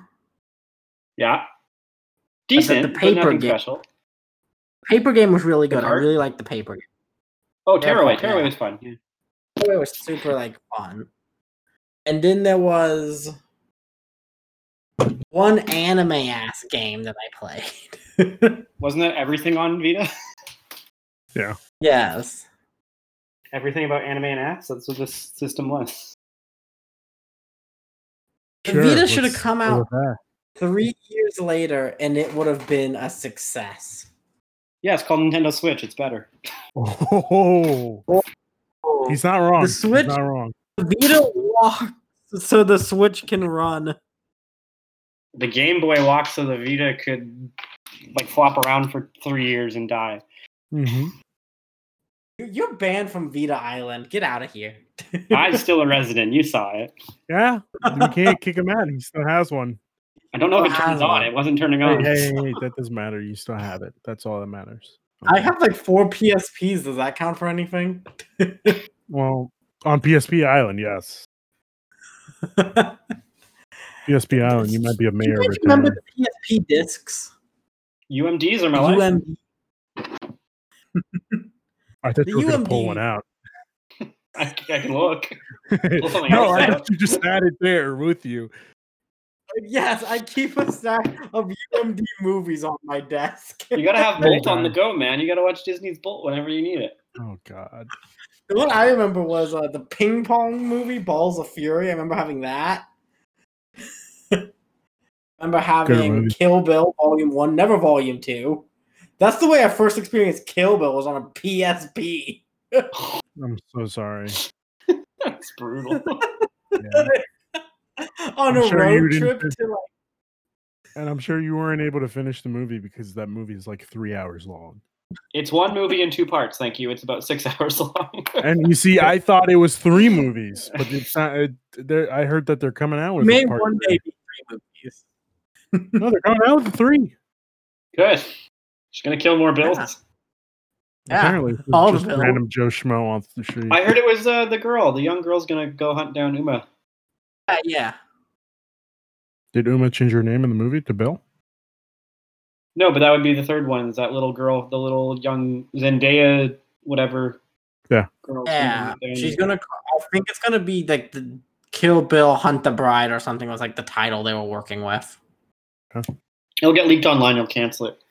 [SPEAKER 2] yeah.
[SPEAKER 3] the- the
[SPEAKER 2] Decent, the
[SPEAKER 3] paper
[SPEAKER 2] paper but nothing
[SPEAKER 3] game-
[SPEAKER 2] special.
[SPEAKER 3] Paper game was really
[SPEAKER 2] The
[SPEAKER 3] good. I
[SPEAKER 2] card?
[SPEAKER 3] really liked the paper game.
[SPEAKER 2] Oh,
[SPEAKER 3] Yeah,
[SPEAKER 2] Tearaway.
[SPEAKER 3] but-
[SPEAKER 2] Tearaway
[SPEAKER 3] yeah.
[SPEAKER 2] was fun. Yeah.
[SPEAKER 3] It was super like fun. And then there was one anime ass game that I played. [laughs]
[SPEAKER 2] Wasn't that everything on Vita?
[SPEAKER 3] yes.
[SPEAKER 2] everything about anime and apps? That's what this system was.
[SPEAKER 3] The Vita should have
[SPEAKER 1] let's
[SPEAKER 3] come
[SPEAKER 1] go
[SPEAKER 3] out
[SPEAKER 1] with that.
[SPEAKER 3] three years later and it would have been a success.
[SPEAKER 2] Yeah, it's called Nintendo Switch. It's better.
[SPEAKER 1] [laughs] Oh, he's not wrong. He's
[SPEAKER 3] Switch-
[SPEAKER 1] not wrong.
[SPEAKER 3] The Vita walks so the Switch can run.
[SPEAKER 2] The Game Boy walked so the Vita could like flop around for three years and die.
[SPEAKER 1] Mhm.
[SPEAKER 3] You- You're banned from Vita Island. Get out of here.
[SPEAKER 2] I'm still a resident. You saw it.
[SPEAKER 1] Yeah, we can't kick him out. He still has one.
[SPEAKER 2] I don't know if it
[SPEAKER 3] Wow.
[SPEAKER 2] turns on. It wasn't turning
[SPEAKER 1] Hey,
[SPEAKER 2] on.
[SPEAKER 1] hey, hey, hey, that doesn't matter. You still have it. That's all that matters.
[SPEAKER 3] I have like four PSPs. Does that count for [laughs] anything?
[SPEAKER 1] Well, on PSP Island, yes. PSP Island, you might be a mayor.
[SPEAKER 3] you
[SPEAKER 1] of
[SPEAKER 3] guys
[SPEAKER 1] a
[SPEAKER 3] remember
[SPEAKER 1] town.
[SPEAKER 3] the PSP discs?
[SPEAKER 2] UMDs are my life. [laughs]
[SPEAKER 3] UMD.
[SPEAKER 1] I thought
[SPEAKER 3] the
[SPEAKER 1] you were going to pull
[SPEAKER 3] UMD
[SPEAKER 1] one [laughs] out.
[SPEAKER 2] I, I can look. something
[SPEAKER 1] no,
[SPEAKER 2] else
[SPEAKER 1] I
[SPEAKER 2] out.
[SPEAKER 1] thought you just had it there with you.
[SPEAKER 3] Yes, I keep a stack of UMD movies on my desk.
[SPEAKER 2] You gotta have
[SPEAKER 1] There you
[SPEAKER 2] Bolt on
[SPEAKER 1] go.
[SPEAKER 2] the go, man. You gotta watch Disney's Bolt whenever you need it. [laughs]
[SPEAKER 1] Oh God.
[SPEAKER 3] The one I remember was uh, the ping pong movie, Balls of Fury. I remember having that. [laughs] remember having
[SPEAKER 1] movie.
[SPEAKER 3] Kill Bill Volume 1, never Volume 2. That's the way I first experienced Kill Bill was on a PSP.
[SPEAKER 1] I'm so sorry.
[SPEAKER 2] That's brutal. [laughs]
[SPEAKER 1] Yeah.
[SPEAKER 3] [laughs]
[SPEAKER 1] I'm
[SPEAKER 3] on a
[SPEAKER 1] sure you
[SPEAKER 3] road
[SPEAKER 1] didn't
[SPEAKER 3] trip
[SPEAKER 1] just-
[SPEAKER 3] to like
[SPEAKER 1] and I'm sure you weren't able to finish the movie because that movie is like three hours long.
[SPEAKER 2] it's one movie in two parts. Thank you. It's about six [laughs] hours long.
[SPEAKER 1] And you see, I thought it was three movies, but it's not. It, they're- I heard that they're coming out with a
[SPEAKER 3] May
[SPEAKER 1] part
[SPEAKER 3] one
[SPEAKER 1] three.
[SPEAKER 3] day be three movies.
[SPEAKER 1] No, they're coming out with a three.
[SPEAKER 2] Good. She's gonna kill more bills.
[SPEAKER 3] Yeah,
[SPEAKER 1] Apparently, it's
[SPEAKER 3] all
[SPEAKER 1] just
[SPEAKER 3] of it.
[SPEAKER 1] random Joe Schmo off the street.
[SPEAKER 2] I heard it was uh, the girl. The young girl's gonna go hunt down Uma.
[SPEAKER 3] Uh, yeah.
[SPEAKER 1] Did Uma change her name in the movie to Bill?
[SPEAKER 2] No, but that would be the third one. Is that little girl, the little young Zendaya, whatever.
[SPEAKER 1] Yeah.
[SPEAKER 2] Girl
[SPEAKER 3] Yeah,
[SPEAKER 2] And-
[SPEAKER 3] she's gonna. I think it's gonna be like the Kill Bill Hunt the Bride or something was like the title they were working with.
[SPEAKER 2] It'll get leaked online. You'll cancel it.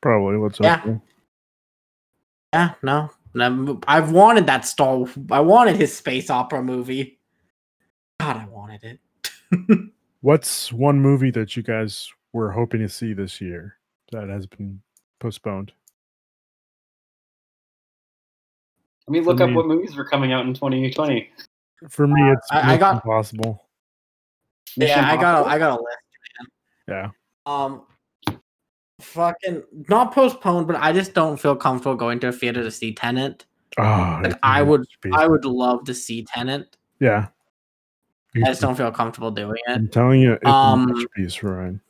[SPEAKER 1] Probably. Let's
[SPEAKER 3] Yeah.
[SPEAKER 1] hope.
[SPEAKER 3] Yeah, no, no I've wanted that stall. I wanted his space opera movie. God, I wanted it.
[SPEAKER 1] What's one movie that you guys were hoping to see this year that has been postponed?
[SPEAKER 2] Let me look
[SPEAKER 1] For
[SPEAKER 2] up
[SPEAKER 1] me-
[SPEAKER 2] what movies were coming out in 2020.
[SPEAKER 1] For me, it's
[SPEAKER 3] Uh, I- I
[SPEAKER 1] Mission
[SPEAKER 3] got-
[SPEAKER 1] Impossible.
[SPEAKER 2] Mission
[SPEAKER 3] yeah, I got. A,
[SPEAKER 2] Impossible.
[SPEAKER 3] I got a list.
[SPEAKER 1] Yeah.
[SPEAKER 3] Um, fucking not postponed, but I just don't feel comfortable going to a theater to see Tenant.
[SPEAKER 1] Oh,
[SPEAKER 3] Like I would,
[SPEAKER 1] be-
[SPEAKER 3] I would love to see Tenant.
[SPEAKER 1] yeah.
[SPEAKER 3] I just don't feel comfortable doing it.
[SPEAKER 1] I'm telling you, it's
[SPEAKER 3] Um,
[SPEAKER 1] a masterpiece, Ryan.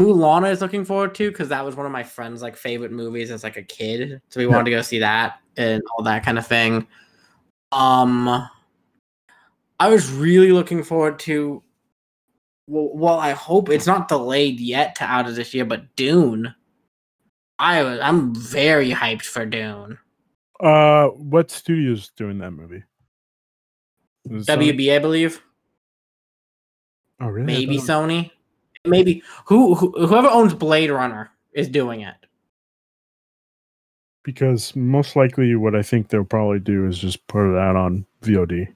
[SPEAKER 3] Mulan is looking forward to because that was one of my friends' like favorite movies as like a kid, so we wanted to go see that and all that kind of thing. Um, I was really looking forward to. Well, well, I hope it's not delayed yet to out of this year, but Dune. I was, I'm very hyped for Dune.
[SPEAKER 1] Uh, what studio's doing that movie? Is it Sony?
[SPEAKER 3] WB, I believe,
[SPEAKER 1] Oh, really? I
[SPEAKER 3] maybe
[SPEAKER 1] thought-
[SPEAKER 3] Sony, maybe who, who whoever owns Blade Runner is doing it.
[SPEAKER 1] Because most likely, what I think they'll probably do is just put it out on VOD.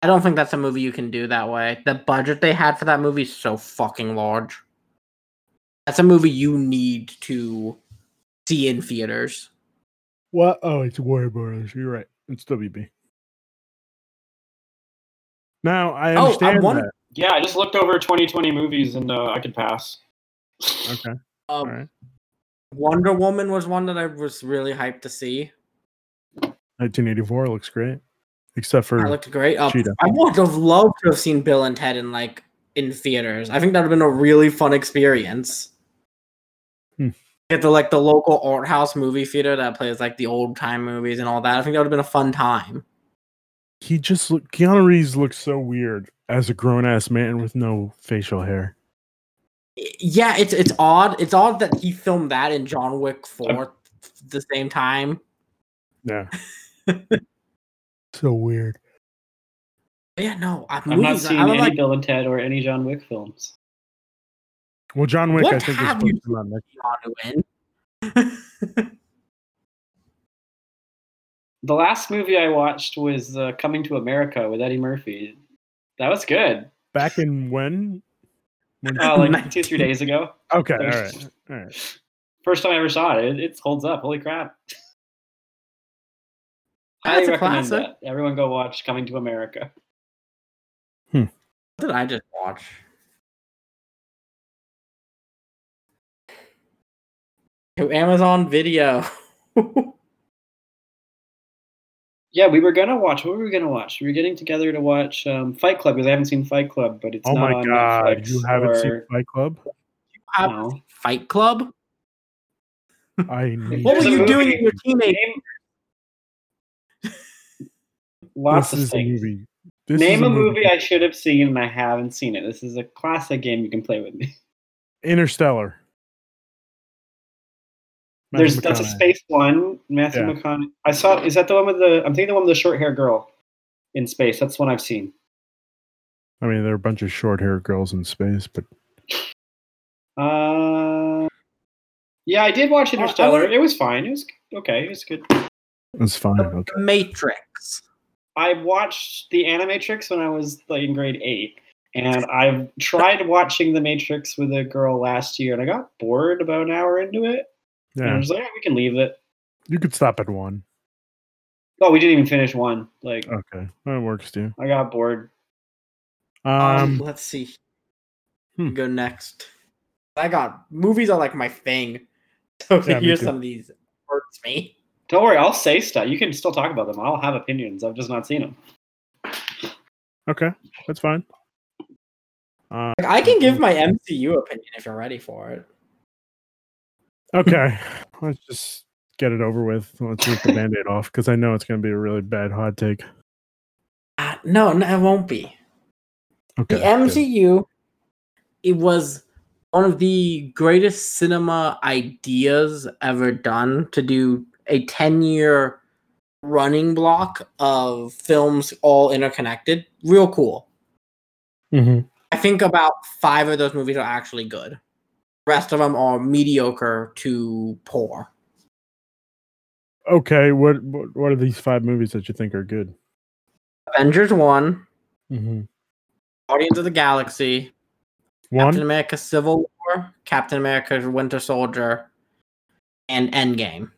[SPEAKER 3] I don't think that's a movie you can do that way. The budget they had for that movie is so fucking large. That's a movie you need to see in theaters.
[SPEAKER 1] What? Oh, it's Warner Brothers. You're right. It's WB. Now I
[SPEAKER 3] Oh, I
[SPEAKER 1] understand
[SPEAKER 3] wonder-
[SPEAKER 2] Yeah, I just looked over 2020 movies and uh, I could pass.
[SPEAKER 1] that. Okay.
[SPEAKER 3] Um,
[SPEAKER 1] Alright.
[SPEAKER 3] Wonder Woman was one that I was really hyped to see.
[SPEAKER 1] 1984 looks great, except
[SPEAKER 3] That
[SPEAKER 1] for
[SPEAKER 3] looked great. Uh,
[SPEAKER 1] Hmm. Cheetah.
[SPEAKER 3] I would have loved to have seen Bill and Ted in like in theaters. I think that would have been a really fun experience.
[SPEAKER 1] Hmm.
[SPEAKER 3] Get the like the local art house movie theater that plays like the old time movies and all that. I think that would have been a fun time.
[SPEAKER 1] he just look, Keanu Reeves looks so weird as a grown ass man with no facial hair.
[SPEAKER 3] yeah, it's it's odd. It's odd that he filmed that in John Wick four at the same time. [laughs]
[SPEAKER 1] Yeah. so weird.
[SPEAKER 3] But yeah, no, I,
[SPEAKER 2] I'm not
[SPEAKER 3] movies.
[SPEAKER 2] seeing
[SPEAKER 3] I
[SPEAKER 2] any
[SPEAKER 3] was like,
[SPEAKER 2] Bill and Ted or any John Wick films.
[SPEAKER 1] Well, John Wick, I
[SPEAKER 3] What
[SPEAKER 1] think, is
[SPEAKER 3] have
[SPEAKER 1] supposed to
[SPEAKER 3] you-
[SPEAKER 1] come out next.
[SPEAKER 3] "You wanna win?"
[SPEAKER 2] The last movie I watched was uh, Coming to America with Eddie Murphy. That was good.
[SPEAKER 1] Back in when?
[SPEAKER 3] [laughs]
[SPEAKER 1] when
[SPEAKER 2] Uh, like two, three days ago.
[SPEAKER 1] okay. All right. All right.
[SPEAKER 2] First time I ever saw it. It, it holds up. Holy crap.
[SPEAKER 3] That's
[SPEAKER 2] Highly
[SPEAKER 3] Ah, a
[SPEAKER 2] recommend
[SPEAKER 3] classic.
[SPEAKER 2] that. Everyone go watch Coming to America.
[SPEAKER 3] What did I just watch? To Amazon Video. [laughs]
[SPEAKER 2] Yeah, we were gonna watch. What were we gonna watch? We were getting together to watch um, Fight Club because I haven't seen Fight Club, but it's
[SPEAKER 1] Oh
[SPEAKER 2] not
[SPEAKER 1] my
[SPEAKER 2] on
[SPEAKER 1] god,
[SPEAKER 2] Netflix
[SPEAKER 1] you haven't seen
[SPEAKER 2] or-
[SPEAKER 1] Fight Club?
[SPEAKER 3] Uh,
[SPEAKER 2] No.
[SPEAKER 3] Fight Club.
[SPEAKER 1] I need
[SPEAKER 3] What
[SPEAKER 2] There's
[SPEAKER 3] were
[SPEAKER 2] a
[SPEAKER 3] you
[SPEAKER 2] movie.
[SPEAKER 3] doing with your teammate?
[SPEAKER 1] [laughs]
[SPEAKER 2] Name... Lots
[SPEAKER 1] this
[SPEAKER 2] of
[SPEAKER 1] is a
[SPEAKER 2] things.
[SPEAKER 1] movie. This
[SPEAKER 2] Name
[SPEAKER 1] is
[SPEAKER 2] a movie I should have seen and I haven't seen it. This is a classic game you can play with me.
[SPEAKER 1] Interstellar.
[SPEAKER 2] There's
[SPEAKER 1] Matthew
[SPEAKER 2] that's a
[SPEAKER 1] McConaughey.
[SPEAKER 2] space one. Matthew
[SPEAKER 1] Yeah.
[SPEAKER 2] McConaughey. I saw. Is that the one with the? I'm thinking the one with the short hair girl in space. That's the one I've seen.
[SPEAKER 1] I mean, there are a bunch of short haired girls in space, but
[SPEAKER 2] Uh, yeah, I did watch
[SPEAKER 3] I- I wanna-
[SPEAKER 2] Interstellar. It was fine. It was okay. It was good.
[SPEAKER 1] it's fine. Okay.
[SPEAKER 3] Matrix.
[SPEAKER 2] I watched The Animatrix when I was like in grade eight, and I tried watching The Matrix with a girl last year, and I got bored about an hour into it. And I
[SPEAKER 1] Yeah.
[SPEAKER 2] was like, "Yeah, we can leave it.
[SPEAKER 1] You could stop at one.
[SPEAKER 2] Oh, we didn't even finish one. Like,
[SPEAKER 1] Okay. That works too.
[SPEAKER 2] I got bored.
[SPEAKER 3] Um,
[SPEAKER 1] Um,
[SPEAKER 3] let's see.
[SPEAKER 1] Hmm.
[SPEAKER 3] Go next. I got movies are like my thing. [laughs] So to
[SPEAKER 1] Yeah, me
[SPEAKER 3] hear
[SPEAKER 1] too.
[SPEAKER 3] some of these hurts me.
[SPEAKER 2] Don't worry, I'll say stuff. You can still talk about them. I'll have opinions. I've just not seen them.
[SPEAKER 1] okay. That's fine. Uh,
[SPEAKER 3] Like, I can give my MCU opinion if you're ready for it.
[SPEAKER 1] Okay, [laughs] let's just get it over with. Let's rip the band-aid off because I know it's going to be a really bad hot take.
[SPEAKER 3] Uh, no, no, it won't be.
[SPEAKER 1] Okay.
[SPEAKER 3] The MCU, it was one of the greatest cinema ideas ever done to do a 10 year running block of films all interconnected. Real cool.
[SPEAKER 1] Mm-hmm.
[SPEAKER 3] I think about five of those movies are actually good. rest of them are mediocre to poor.
[SPEAKER 1] Okay. What, what What are these five movies that you think are good?
[SPEAKER 3] Avengers 1,
[SPEAKER 1] Mm-hmm.
[SPEAKER 3] Guardians of the Galaxy, Captain
[SPEAKER 1] One.
[SPEAKER 3] America Civil War, Captain America Winter Soldier, and Endgame.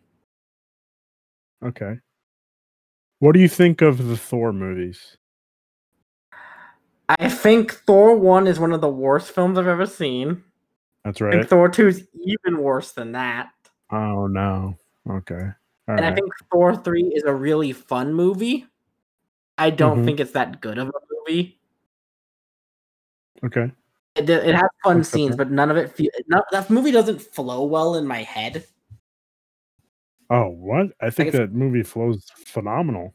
[SPEAKER 1] Okay. What do you think of the Thor movies?
[SPEAKER 3] I think Thor 1 is one of the worst films I've ever seen.
[SPEAKER 1] That's
[SPEAKER 3] I
[SPEAKER 1] right.
[SPEAKER 3] think Thor 2 is even worse than that.
[SPEAKER 1] Oh no. Okay. All
[SPEAKER 3] and I
[SPEAKER 1] right.
[SPEAKER 3] think Thor 3 is a really fun movie. I don't
[SPEAKER 1] Mhm.
[SPEAKER 3] think it's that good of a movie.
[SPEAKER 1] Okay.
[SPEAKER 3] It, d- it has fun
[SPEAKER 1] That's okay.
[SPEAKER 3] scenes, but none of it feel no, that movie doesn't flow well in my head.
[SPEAKER 1] Oh, what? I think
[SPEAKER 3] it's-
[SPEAKER 1] that movie flows phenomenal.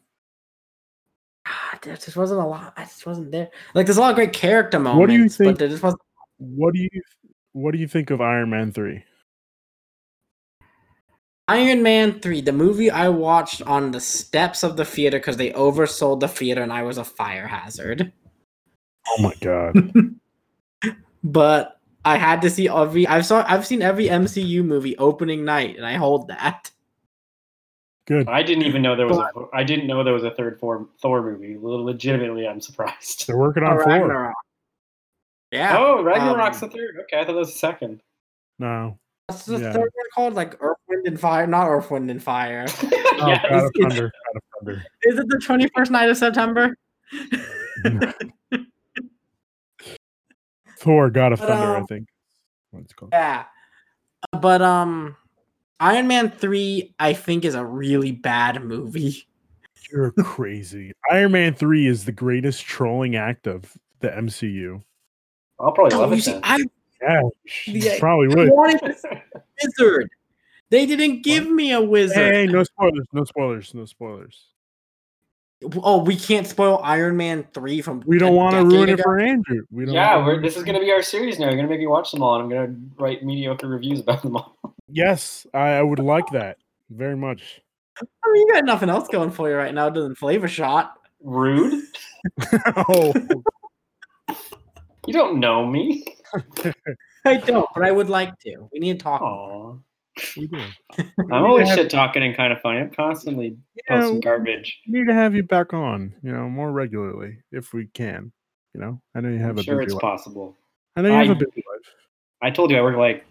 [SPEAKER 3] Ah, there just wasn't a lot. I just wasn't there. Like there's a lot of great character moments,
[SPEAKER 1] What do you
[SPEAKER 3] but
[SPEAKER 1] think-
[SPEAKER 3] there just wasn't
[SPEAKER 1] What do you What do you think of Iron Man three?
[SPEAKER 3] Iron Man 3, the movie I watched on the steps of the theater because they oversold the theater and I was a fire hazard.
[SPEAKER 1] Oh my god.
[SPEAKER 3] But I had to see every I've saw I've seen every MCU movie opening night and I hold that.
[SPEAKER 1] [laughs] Good.
[SPEAKER 2] I didn't even know there was a. I didn't know there was a third Thor, Thor movie. Le- Legitimately, I'm surprised. [laughs]
[SPEAKER 1] They're working on
[SPEAKER 3] Or
[SPEAKER 1] four.
[SPEAKER 3] Ragnarok. Yeah.
[SPEAKER 2] oh, Ragnarok's
[SPEAKER 1] um,
[SPEAKER 2] the third. Okay, I thought that was the second. [laughs]
[SPEAKER 3] [laughs]
[SPEAKER 1] No.
[SPEAKER 3] What's the
[SPEAKER 1] yeah.
[SPEAKER 3] third one called? Like Earth, Wind and Fire. Not Earth, Wind and Fire.
[SPEAKER 1] [laughs] Oh,
[SPEAKER 2] Yes.
[SPEAKER 1] God of Thunder. God of Thunder.
[SPEAKER 3] Is it the 21st night of September?
[SPEAKER 1] Thor, God of
[SPEAKER 3] But,
[SPEAKER 1] Thunder, I
[SPEAKER 3] um,
[SPEAKER 1] think. What it's called.
[SPEAKER 3] Yeah. Uh, But um Iron Man 3 I think is a really bad movie.
[SPEAKER 1] You're crazy. Iron Man 3 is the greatest trolling act of the MCU.
[SPEAKER 2] I'll probably
[SPEAKER 3] Oh,
[SPEAKER 2] love
[SPEAKER 3] you
[SPEAKER 2] it.
[SPEAKER 3] see,
[SPEAKER 2] Then.
[SPEAKER 3] I
[SPEAKER 1] Yeah, you
[SPEAKER 3] Yeah,
[SPEAKER 1] probably
[SPEAKER 3] I
[SPEAKER 1] would.
[SPEAKER 3] wanted
[SPEAKER 1] [laughs]
[SPEAKER 3] to see wizard. They didn't give me a wizard.
[SPEAKER 1] Hey, no spoilers, no spoilers, no spoilers.
[SPEAKER 3] Oh, we can't spoil Iron Man three from.
[SPEAKER 1] We don't want to ruin it for Andrew.
[SPEAKER 2] [laughs]
[SPEAKER 1] We don't
[SPEAKER 2] yeah,
[SPEAKER 1] wanna
[SPEAKER 2] we're,
[SPEAKER 1] ruin
[SPEAKER 2] this
[SPEAKER 1] it
[SPEAKER 2] is
[SPEAKER 1] for-
[SPEAKER 2] going to be our series now. You're going to make me watch them all, and I'm going to write mediocre reviews about them all. [laughs]
[SPEAKER 1] Yes, I, I would like that very
[SPEAKER 2] [laughs]
[SPEAKER 1] much.
[SPEAKER 3] I mean, you got nothing else going for you right now, other than Flavor Shot.
[SPEAKER 2] Rude.
[SPEAKER 1] oh,
[SPEAKER 2] You don't know me.
[SPEAKER 3] [laughs] I don't, but I would like to. We need to
[SPEAKER 1] [laughs]
[SPEAKER 3] talk.
[SPEAKER 2] Aw.
[SPEAKER 1] we do.
[SPEAKER 2] I'm always shit talking and kind of funny. I'm constantly
[SPEAKER 1] Yeah,
[SPEAKER 2] posting garbage.
[SPEAKER 1] we need to have you back on, you know, more regularly if we can. You know, I know you have
[SPEAKER 2] I'm
[SPEAKER 1] a
[SPEAKER 2] sure
[SPEAKER 1] busy
[SPEAKER 2] it's
[SPEAKER 1] life.
[SPEAKER 2] possible.
[SPEAKER 1] I know you have
[SPEAKER 2] I-
[SPEAKER 1] a busy life.
[SPEAKER 2] I told you I work like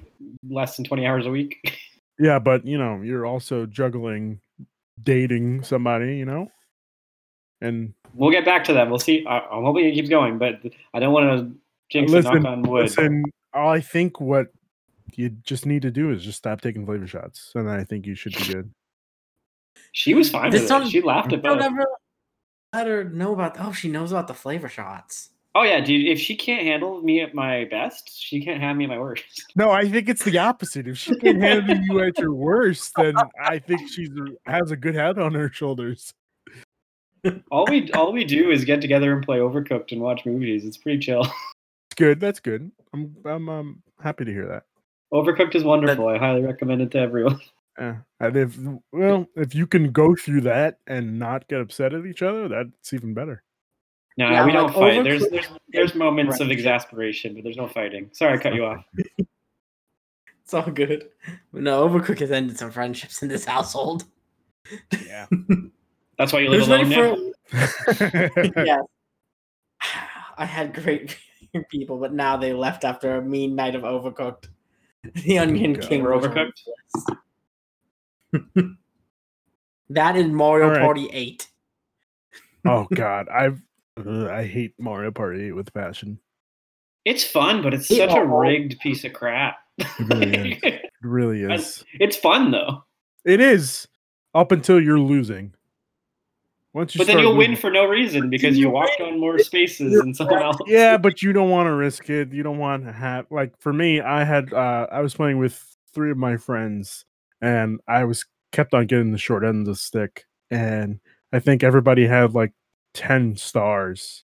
[SPEAKER 2] less than 20 hours a week. [laughs]
[SPEAKER 1] Yeah, but you know, you're also juggling dating somebody, you know, and
[SPEAKER 2] We'll get back to that. We'll see. I, I'm hoping it keeps going, but I don't want to jinx it.
[SPEAKER 1] Listen,
[SPEAKER 2] Knock on wood.
[SPEAKER 1] Listen, I think what you just need to do is just stop taking flavor shots, and I think you should be good.
[SPEAKER 2] She was fine
[SPEAKER 3] This
[SPEAKER 2] with it.
[SPEAKER 3] sounds-
[SPEAKER 2] She laughed
[SPEAKER 3] About. Don't
[SPEAKER 2] about it.
[SPEAKER 3] ever let her know about. Oh, she knows about the Flavor Shots.
[SPEAKER 2] Oh yeah, dude. If she can't handle me at my best, she can't have me at my worst. [laughs]
[SPEAKER 1] No, I think it's the opposite. If she can handle you at your worst, then I think she's has a good head on her shoulders.
[SPEAKER 2] All we all we do is get together and play Overcooked and watch movies. It's pretty chill. [laughs]
[SPEAKER 1] It's good. That's good. I'm I'm um, happy to hear that.
[SPEAKER 2] Overcooked is wonderful. I highly recommend it to everyone. [laughs]
[SPEAKER 1] Yeah. Eh, And if well, if you can go through that and not get upset at each other, that's even better.
[SPEAKER 2] No,
[SPEAKER 3] Yeah,
[SPEAKER 2] Uh, we
[SPEAKER 3] like
[SPEAKER 2] don't fight. There's
[SPEAKER 3] Overcooked-
[SPEAKER 2] there's there's moments of exasperation, but there's no fighting. Sorry, I cut you off.
[SPEAKER 3] [laughs] It's all good. No, Overcook has ended some friendships in this household.
[SPEAKER 1] Yeah.
[SPEAKER 2] That's why you live
[SPEAKER 3] Who's ready
[SPEAKER 2] alone now.
[SPEAKER 3] for? [laughs] yes. [sighs] I had great [laughs] people, but now they left after a mean night of overcooked. [laughs] The Onion
[SPEAKER 1] Oh God.
[SPEAKER 3] King
[SPEAKER 2] Or
[SPEAKER 3] was
[SPEAKER 2] Overcooked?
[SPEAKER 3] horrible. that in Mario
[SPEAKER 1] All right.
[SPEAKER 3] Party 8.
[SPEAKER 1] [laughs] oh God, I've ugh, I hate Mario Party 8 with passion.
[SPEAKER 2] It's fun, but it's
[SPEAKER 3] Yeah.
[SPEAKER 2] such a rigged piece of crap.
[SPEAKER 1] It really
[SPEAKER 2] [laughs]
[SPEAKER 1] is. It really
[SPEAKER 2] I-
[SPEAKER 1] is.
[SPEAKER 2] it's fun though,
[SPEAKER 1] It is up until you're losing. Once you
[SPEAKER 2] but then
[SPEAKER 1] start
[SPEAKER 2] you'll win
[SPEAKER 1] losing-
[SPEAKER 2] for no reason because you walked on more spaces than someone else.
[SPEAKER 1] yeah, but you don't want to risk it. You don't want to have like for me, I had uh I was playing with three of my friends, and I was kept on getting the short end of the stick. And I think everybody had like 10 stars.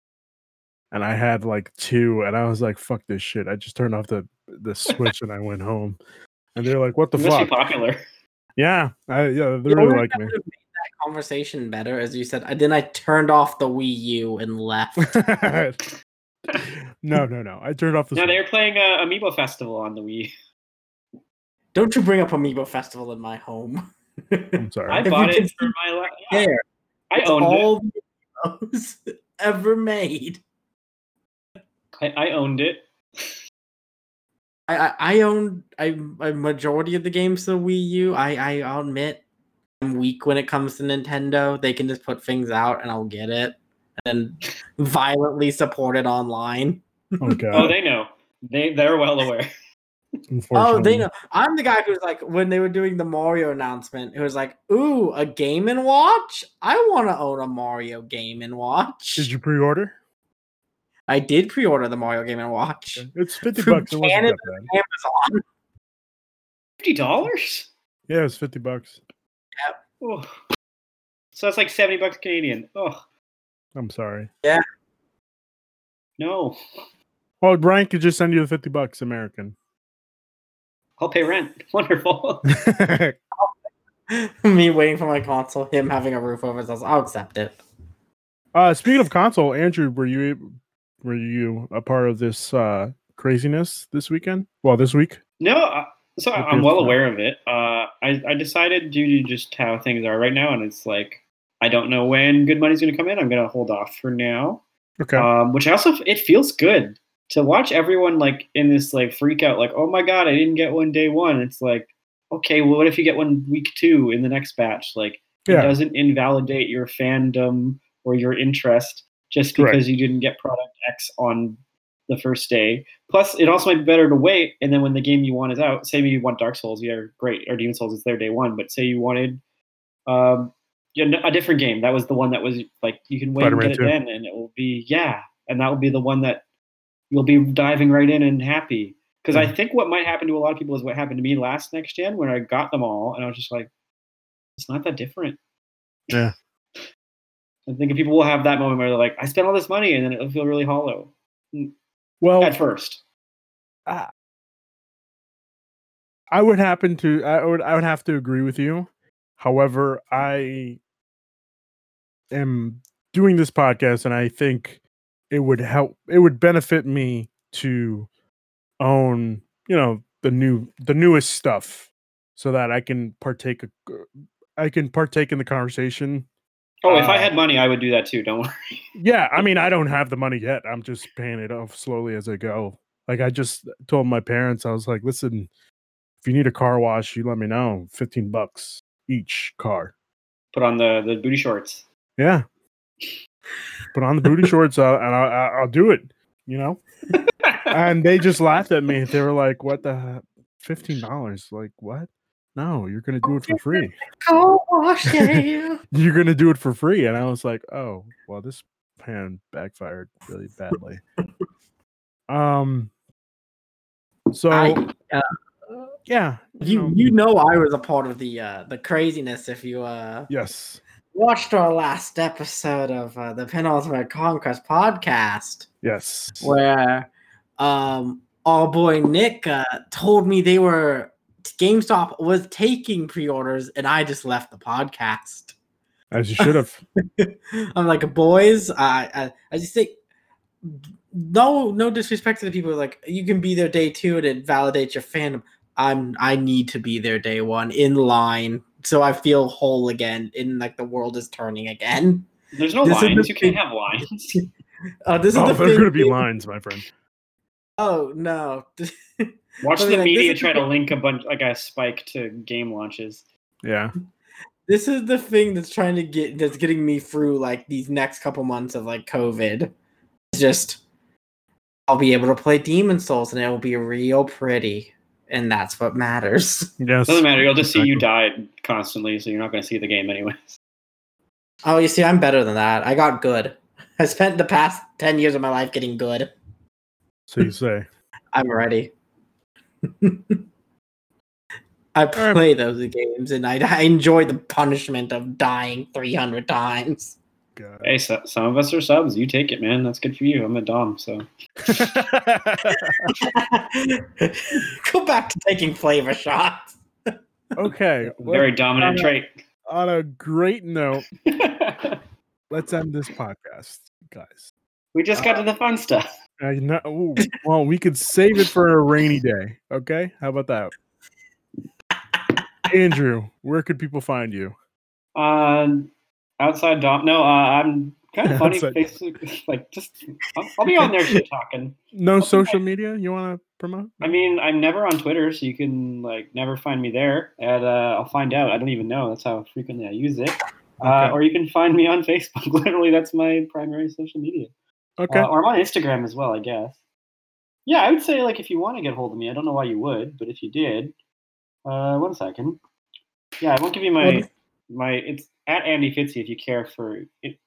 [SPEAKER 1] And I had like two, and I was like, fuck this shit. I just turned off the, the switch and I went home. And they're like, what
[SPEAKER 2] [laughs]
[SPEAKER 1] the
[SPEAKER 2] It must be
[SPEAKER 1] fuck?
[SPEAKER 2] popular.
[SPEAKER 1] Yeah. I, yeah. They
[SPEAKER 3] The only
[SPEAKER 1] really
[SPEAKER 3] thing
[SPEAKER 1] like
[SPEAKER 3] that
[SPEAKER 1] me.
[SPEAKER 3] would've made that Conversation better as you said. I then I turned off the Wii U and
[SPEAKER 1] [laughs]
[SPEAKER 3] left.
[SPEAKER 1] no, no, no. I turned off the
[SPEAKER 2] [laughs] No,
[SPEAKER 1] switch.
[SPEAKER 2] they were playing uh, Amiibo Festival on the Wii.
[SPEAKER 3] Don't you bring up Amiibo Festival in my home? [laughs]
[SPEAKER 1] I'm sorry.
[SPEAKER 2] I
[SPEAKER 3] If you
[SPEAKER 2] bought
[SPEAKER 3] can
[SPEAKER 2] it for
[SPEAKER 3] see
[SPEAKER 2] my life. Yeah,
[SPEAKER 3] there,
[SPEAKER 2] I
[SPEAKER 3] it's
[SPEAKER 2] owned it.
[SPEAKER 3] all the Amiibos [laughs] ever made.
[SPEAKER 2] I, I owned it.
[SPEAKER 3] I I, I own I a majority of the games to the Wii U. I I I'll admit I'm weak when it comes to Nintendo. They can just put things out and I'll get it and violently support it online.
[SPEAKER 1] Oh, God.
[SPEAKER 2] Oh, they know. They they're well aware.
[SPEAKER 3] Oh, they
[SPEAKER 1] Unfortunately.
[SPEAKER 3] know. I'm the guy who was like when they were doing the Mario announcement, who was like, "Ooh, a Game and Watch! I want to own a Mario Game and Watch."
[SPEAKER 1] Did you pre order?
[SPEAKER 3] I did pre-order the Mario Game and Watch.
[SPEAKER 1] It's 50
[SPEAKER 3] From
[SPEAKER 1] bucks. It wasn't that
[SPEAKER 3] Canada.
[SPEAKER 1] bad.
[SPEAKER 3] Amazon.
[SPEAKER 2] Fifty dollars.
[SPEAKER 1] Yeah, it was 50 bucks.
[SPEAKER 2] Oh. So that's like seventy bucks Canadian. Oh
[SPEAKER 1] I'm sorry.
[SPEAKER 2] no,
[SPEAKER 1] Well, Brian could just send you the 50 bucks
[SPEAKER 3] [laughs]
[SPEAKER 1] American.
[SPEAKER 2] I'll pay rent. [laughs] Wonderful.
[SPEAKER 3] [laughs] Me waiting for my console. Him having a roof over his house. I'll accept it.
[SPEAKER 1] uh, speaking of console, Andrew, were you were you a part of this uh, craziness this weekend? Well, this week.
[SPEAKER 2] No, I- so
[SPEAKER 1] What
[SPEAKER 2] I'm
[SPEAKER 1] is
[SPEAKER 2] well
[SPEAKER 1] that?
[SPEAKER 2] aware of it. Uh, I, I decided due to just how things are right now, and it's like I don't know when good money's going to come in. I'm going to hold off for now.
[SPEAKER 1] Okay.
[SPEAKER 3] Uh,
[SPEAKER 2] Um, which I also it feels good to watch everyone like in this like freak out, like oh my god, I didn't get one day one. It's like okay, well, what if you get one week two in the next batch? Like it
[SPEAKER 1] yeah.
[SPEAKER 2] doesn't invalidate your fandom or your interest just because
[SPEAKER 1] Right.
[SPEAKER 2] you didn't get product X on the first day. Plus, it also might be better to wait, and then when the game you want is out, say you want Dark Souls, yeah, great, or Demon Souls, it's their day one. But say you wanted um, you know, a different game, that was the one that was like you can wait
[SPEAKER 1] Spider-Man
[SPEAKER 2] and
[SPEAKER 1] 2.
[SPEAKER 2] get it then, and it will be yeah, and that will be the one that you'll be diving right in and happy. Because
[SPEAKER 1] Mm.
[SPEAKER 2] I think what might happen to a lot of people is what happened to me last next gen when I got them all, and I was just like, it's not that different.
[SPEAKER 1] Yeah.
[SPEAKER 2] [laughs] I think people will have that moment where they're like, I spent all this money, and then it'll feel really hollow
[SPEAKER 1] Well,
[SPEAKER 2] at first.
[SPEAKER 1] I would happen to I would I would have to agree with you. However, I am doing this podcast and I think it would help it would benefit me to own, you know, the new the newest stuff so that I can partake a- I can partake in the conversation.
[SPEAKER 2] Oh, if I
[SPEAKER 1] Uh,
[SPEAKER 2] had money, I would do that too. Don't [laughs] worry.
[SPEAKER 1] Yeah, I mean, I don't have the money yet. I'm just paying it off slowly as I go. Like I just told my parents, I was like, "Listen, if you need a car wash, you let me know. Fifteen bucks each car.
[SPEAKER 2] Put on the the booty shorts.
[SPEAKER 1] Yeah, put on the booty shorts, uh, and I'll, I'll- I'll do it. You know." And they just laughed at me. They were like, "What the hell? fifteen dollars? Like what? No, you're gonna do it for free.
[SPEAKER 3] Go [laughs] wash it.
[SPEAKER 1] You're gonna do it for free." And I was like, "Oh, well, this plan backfired really badly." Um. So
[SPEAKER 3] I- uh,
[SPEAKER 1] yeah,
[SPEAKER 3] you you know I was a part of the uh, the craziness if you uh,
[SPEAKER 1] yes,
[SPEAKER 3] watched our last episode of uh, the penultimate conquest podcast
[SPEAKER 1] yes.
[SPEAKER 3] where um our boy Nick uh, told me they were GameStop was taking pre-orders and I just left the podcast.
[SPEAKER 1] As you should have.
[SPEAKER 3] I'm like, boys, I, I, I just think, no, no disrespect to the people. who are Like, you can be there day two, and it validates your fandom. I'm, I need to be there day one in line, so I feel whole again. And like the world is turning again.
[SPEAKER 2] [laughs] There's no
[SPEAKER 3] This is the
[SPEAKER 2] lines. You
[SPEAKER 3] thing.
[SPEAKER 2] can't have
[SPEAKER 3] [laughs]
[SPEAKER 2] lines.
[SPEAKER 3] Uh, [laughs] this
[SPEAKER 1] oh,
[SPEAKER 3] is the
[SPEAKER 1] there's
[SPEAKER 3] thing.
[SPEAKER 1] gonna be lines, my friend.
[SPEAKER 3] Oh no,
[SPEAKER 2] Watch
[SPEAKER 3] I mean,
[SPEAKER 2] the
[SPEAKER 3] like, this
[SPEAKER 2] media
[SPEAKER 3] is-
[SPEAKER 2] try to link a bunch like a spike to game launches.
[SPEAKER 1] Yeah.
[SPEAKER 3] this is the thing that's trying to get that's getting me through like these next couple months of like COVID. It's just I'll be able to play Demon Souls and it will be real pretty, and that's what matters. [laughs]
[SPEAKER 1] Yes.
[SPEAKER 2] Doesn't matter. You'll just see you
[SPEAKER 1] Exactly.
[SPEAKER 2] died constantly, so you're not going to see the game anyways.
[SPEAKER 3] Oh, you see, I'm better than that. I got good. [laughs] I spent the past 10 years of my life getting good. [laughs]
[SPEAKER 1] So you say.
[SPEAKER 3] I'm ready. I play those games and I, I enjoy the punishment of dying 300 times. [laughs]
[SPEAKER 1] God.
[SPEAKER 2] [laughs] Hey, so, some of us are subs. You take it, man. That's good for you. I'm a dom, so
[SPEAKER 3] Go back to taking flavor shots.
[SPEAKER 1] okay.
[SPEAKER 2] very dominant
[SPEAKER 1] uh,
[SPEAKER 2] trait. [laughs]
[SPEAKER 1] on a great note, let's end this podcast, guys.
[SPEAKER 2] we just got to the fun stuff.
[SPEAKER 1] I know, ooh, well, we could save it for a rainy day. Okay, how about that? Andrew, where could people find you?
[SPEAKER 2] Um, outside dom. No, uh, I'm kind
[SPEAKER 3] [laughs]
[SPEAKER 2] of funny.
[SPEAKER 1] Outside.
[SPEAKER 2] Basically, [laughs] like just I'll, I'll be on there shit talking.
[SPEAKER 1] No
[SPEAKER 2] Okay.
[SPEAKER 1] social media you want to promote?
[SPEAKER 2] I mean, I'm never on Twitter, so you can like never find me there. And uh, I'll find out. I don't even know. That's how frequently I use it. Uh,
[SPEAKER 1] Okay.
[SPEAKER 2] or you can find me on [laughs] Facebook. Literally, that's my primary social media.
[SPEAKER 1] Okay,
[SPEAKER 2] Uh, or I'm on Instagram as well, I guess. Yeah, I would say like if you want to get hold of me, I don't know why you would, but if you did, uh, one second. Yeah, I won't give you my
[SPEAKER 3] Well,
[SPEAKER 2] my. It's at Andy Fitzy if you care for it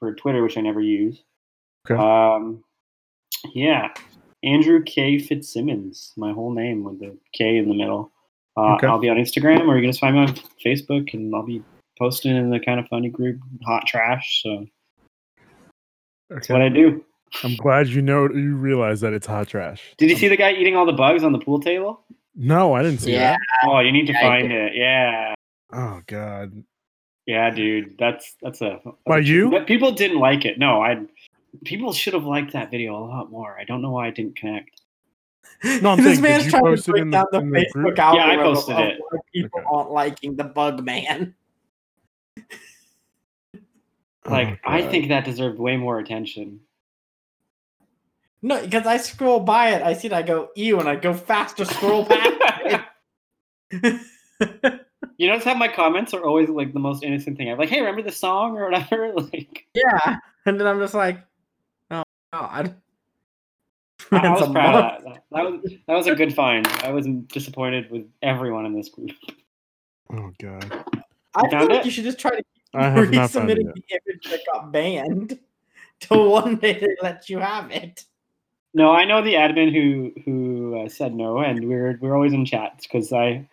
[SPEAKER 2] for Twitter, which I never use.
[SPEAKER 1] Okay.
[SPEAKER 2] Um, yeah, Andrew K Fitzsimmons, my whole name with the K in the middle. Uh,
[SPEAKER 1] Okay.
[SPEAKER 2] I'll be on Instagram, or you can just find me on Facebook, and I'll be posting in the kind of funny group, hot trash. So that's
[SPEAKER 1] okay.
[SPEAKER 2] what I do.
[SPEAKER 1] I'm glad you know you realize that it's hot trash. Um,
[SPEAKER 2] Did you see the guy eating all the bugs on the pool table?
[SPEAKER 1] No, I didn't see
[SPEAKER 3] Yeah.
[SPEAKER 1] that.
[SPEAKER 2] Oh, you need to
[SPEAKER 3] I
[SPEAKER 2] find it. Yeah,
[SPEAKER 1] Oh God,
[SPEAKER 2] yeah, dude. That's that's a.
[SPEAKER 1] by you?
[SPEAKER 2] But people didn't like it. No, I. People should have liked that video a lot more. I don't know why I didn't connect.
[SPEAKER 1] No, I'm
[SPEAKER 3] this
[SPEAKER 1] saying, did
[SPEAKER 3] man's
[SPEAKER 1] you
[SPEAKER 3] trying to
[SPEAKER 1] post it
[SPEAKER 3] break
[SPEAKER 1] in the-
[SPEAKER 3] down the,
[SPEAKER 1] in the
[SPEAKER 3] Facebook
[SPEAKER 1] group?
[SPEAKER 2] I
[SPEAKER 3] algorithm
[SPEAKER 2] posted
[SPEAKER 3] of
[SPEAKER 2] it.
[SPEAKER 3] why people
[SPEAKER 1] Okay.
[SPEAKER 3] aren't liking the bug man.
[SPEAKER 2] Like,
[SPEAKER 1] Oh,
[SPEAKER 2] I
[SPEAKER 1] God.
[SPEAKER 2] think that deserved way more attention.
[SPEAKER 3] No, because I scroll by it, I see it, I go ew, and I go faster scroll back.
[SPEAKER 2] [laughs]
[SPEAKER 3] [laughs]
[SPEAKER 2] You notice how my comments are always like the most innocent thing. I'm like, hey, remember the song or whatever? [laughs]
[SPEAKER 3] [laughs]
[SPEAKER 2] Like,
[SPEAKER 3] yeah, and then I'm just like, oh god. [laughs]
[SPEAKER 2] I- I
[SPEAKER 3] It's
[SPEAKER 2] was
[SPEAKER 3] a
[SPEAKER 2] proud
[SPEAKER 3] month.
[SPEAKER 2] of that. That was that was a good find. I was disappointed with everyone in this group.
[SPEAKER 1] Oh God,
[SPEAKER 3] I
[SPEAKER 2] Found
[SPEAKER 3] feel like
[SPEAKER 2] it?
[SPEAKER 3] you should just try to
[SPEAKER 2] [laughs]
[SPEAKER 1] I have not found it
[SPEAKER 3] resubmitting
[SPEAKER 1] yet.
[SPEAKER 3] the image that got banned [laughs] to one day they let you have it.
[SPEAKER 2] No, I know the admin who who uh, said no, and we're we're always in chats because I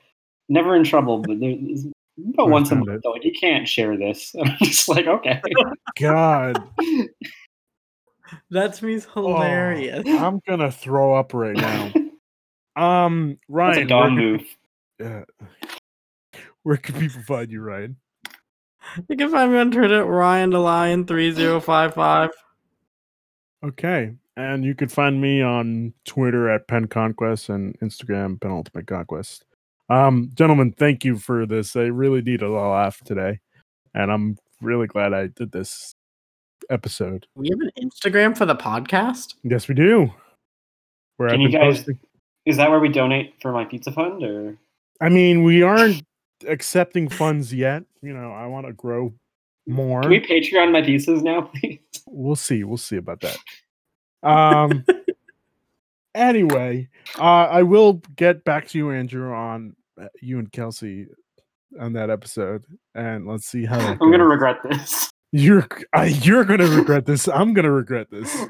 [SPEAKER 2] never in trouble, but there's
[SPEAKER 1] I
[SPEAKER 2] about once a
[SPEAKER 1] found
[SPEAKER 2] month
[SPEAKER 1] it.
[SPEAKER 2] they're like, you can't share this. [laughs] And I'm just like, okay,
[SPEAKER 1] God,
[SPEAKER 3] That's me's
[SPEAKER 1] oh,
[SPEAKER 3] hilarious. [laughs]
[SPEAKER 1] I'm gonna throw up right now.
[SPEAKER 2] [laughs]
[SPEAKER 1] Um,
[SPEAKER 2] that's
[SPEAKER 1] Ryan,
[SPEAKER 2] a
[SPEAKER 1] where
[SPEAKER 2] dom
[SPEAKER 1] could
[SPEAKER 2] move.
[SPEAKER 1] Yeah. Where can people find you, Ryan?
[SPEAKER 3] You can find me on Twitter at Ryan the Lion three zero five five.
[SPEAKER 1] Okay. And you could find me on Twitter at Pen Conquest and Instagram Penultimate Conquest. Um, gentlemen, thank you for this. I really did a laugh today, and I'm really glad I did this episode.
[SPEAKER 3] We have an Instagram for the podcast.
[SPEAKER 1] Yes, we do. Where I've
[SPEAKER 2] Can you
[SPEAKER 1] been
[SPEAKER 2] guys-
[SPEAKER 1] posting.
[SPEAKER 2] Is that where we donate for my pizza fund, or
[SPEAKER 1] I mean, we aren't accepting funds yet. You know, I want to grow more.
[SPEAKER 2] can we Patreon my pizzas now, please?
[SPEAKER 1] we'll see. We'll see about that.
[SPEAKER 2] [laughs]
[SPEAKER 1] Um. anyway, uh, I will get back to you, Andrew, on uh, you and Kelsey on that episode, and let's see how. That
[SPEAKER 2] I'm gonna
[SPEAKER 1] goes.
[SPEAKER 2] regret this.
[SPEAKER 1] You're I, you're gonna regret this. I'm gonna regret this.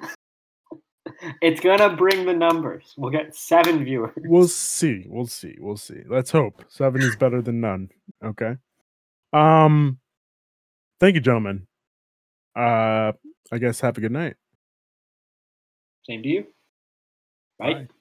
[SPEAKER 2] It's gonna bring the numbers. We'll get seven viewers.
[SPEAKER 1] We'll see. We'll see. We'll see. Let's hope seven is better than none. Okay. Um. Thank you, gentlemen. Uh, I guess have a good night.
[SPEAKER 2] Same to you. Right.
[SPEAKER 1] Bye.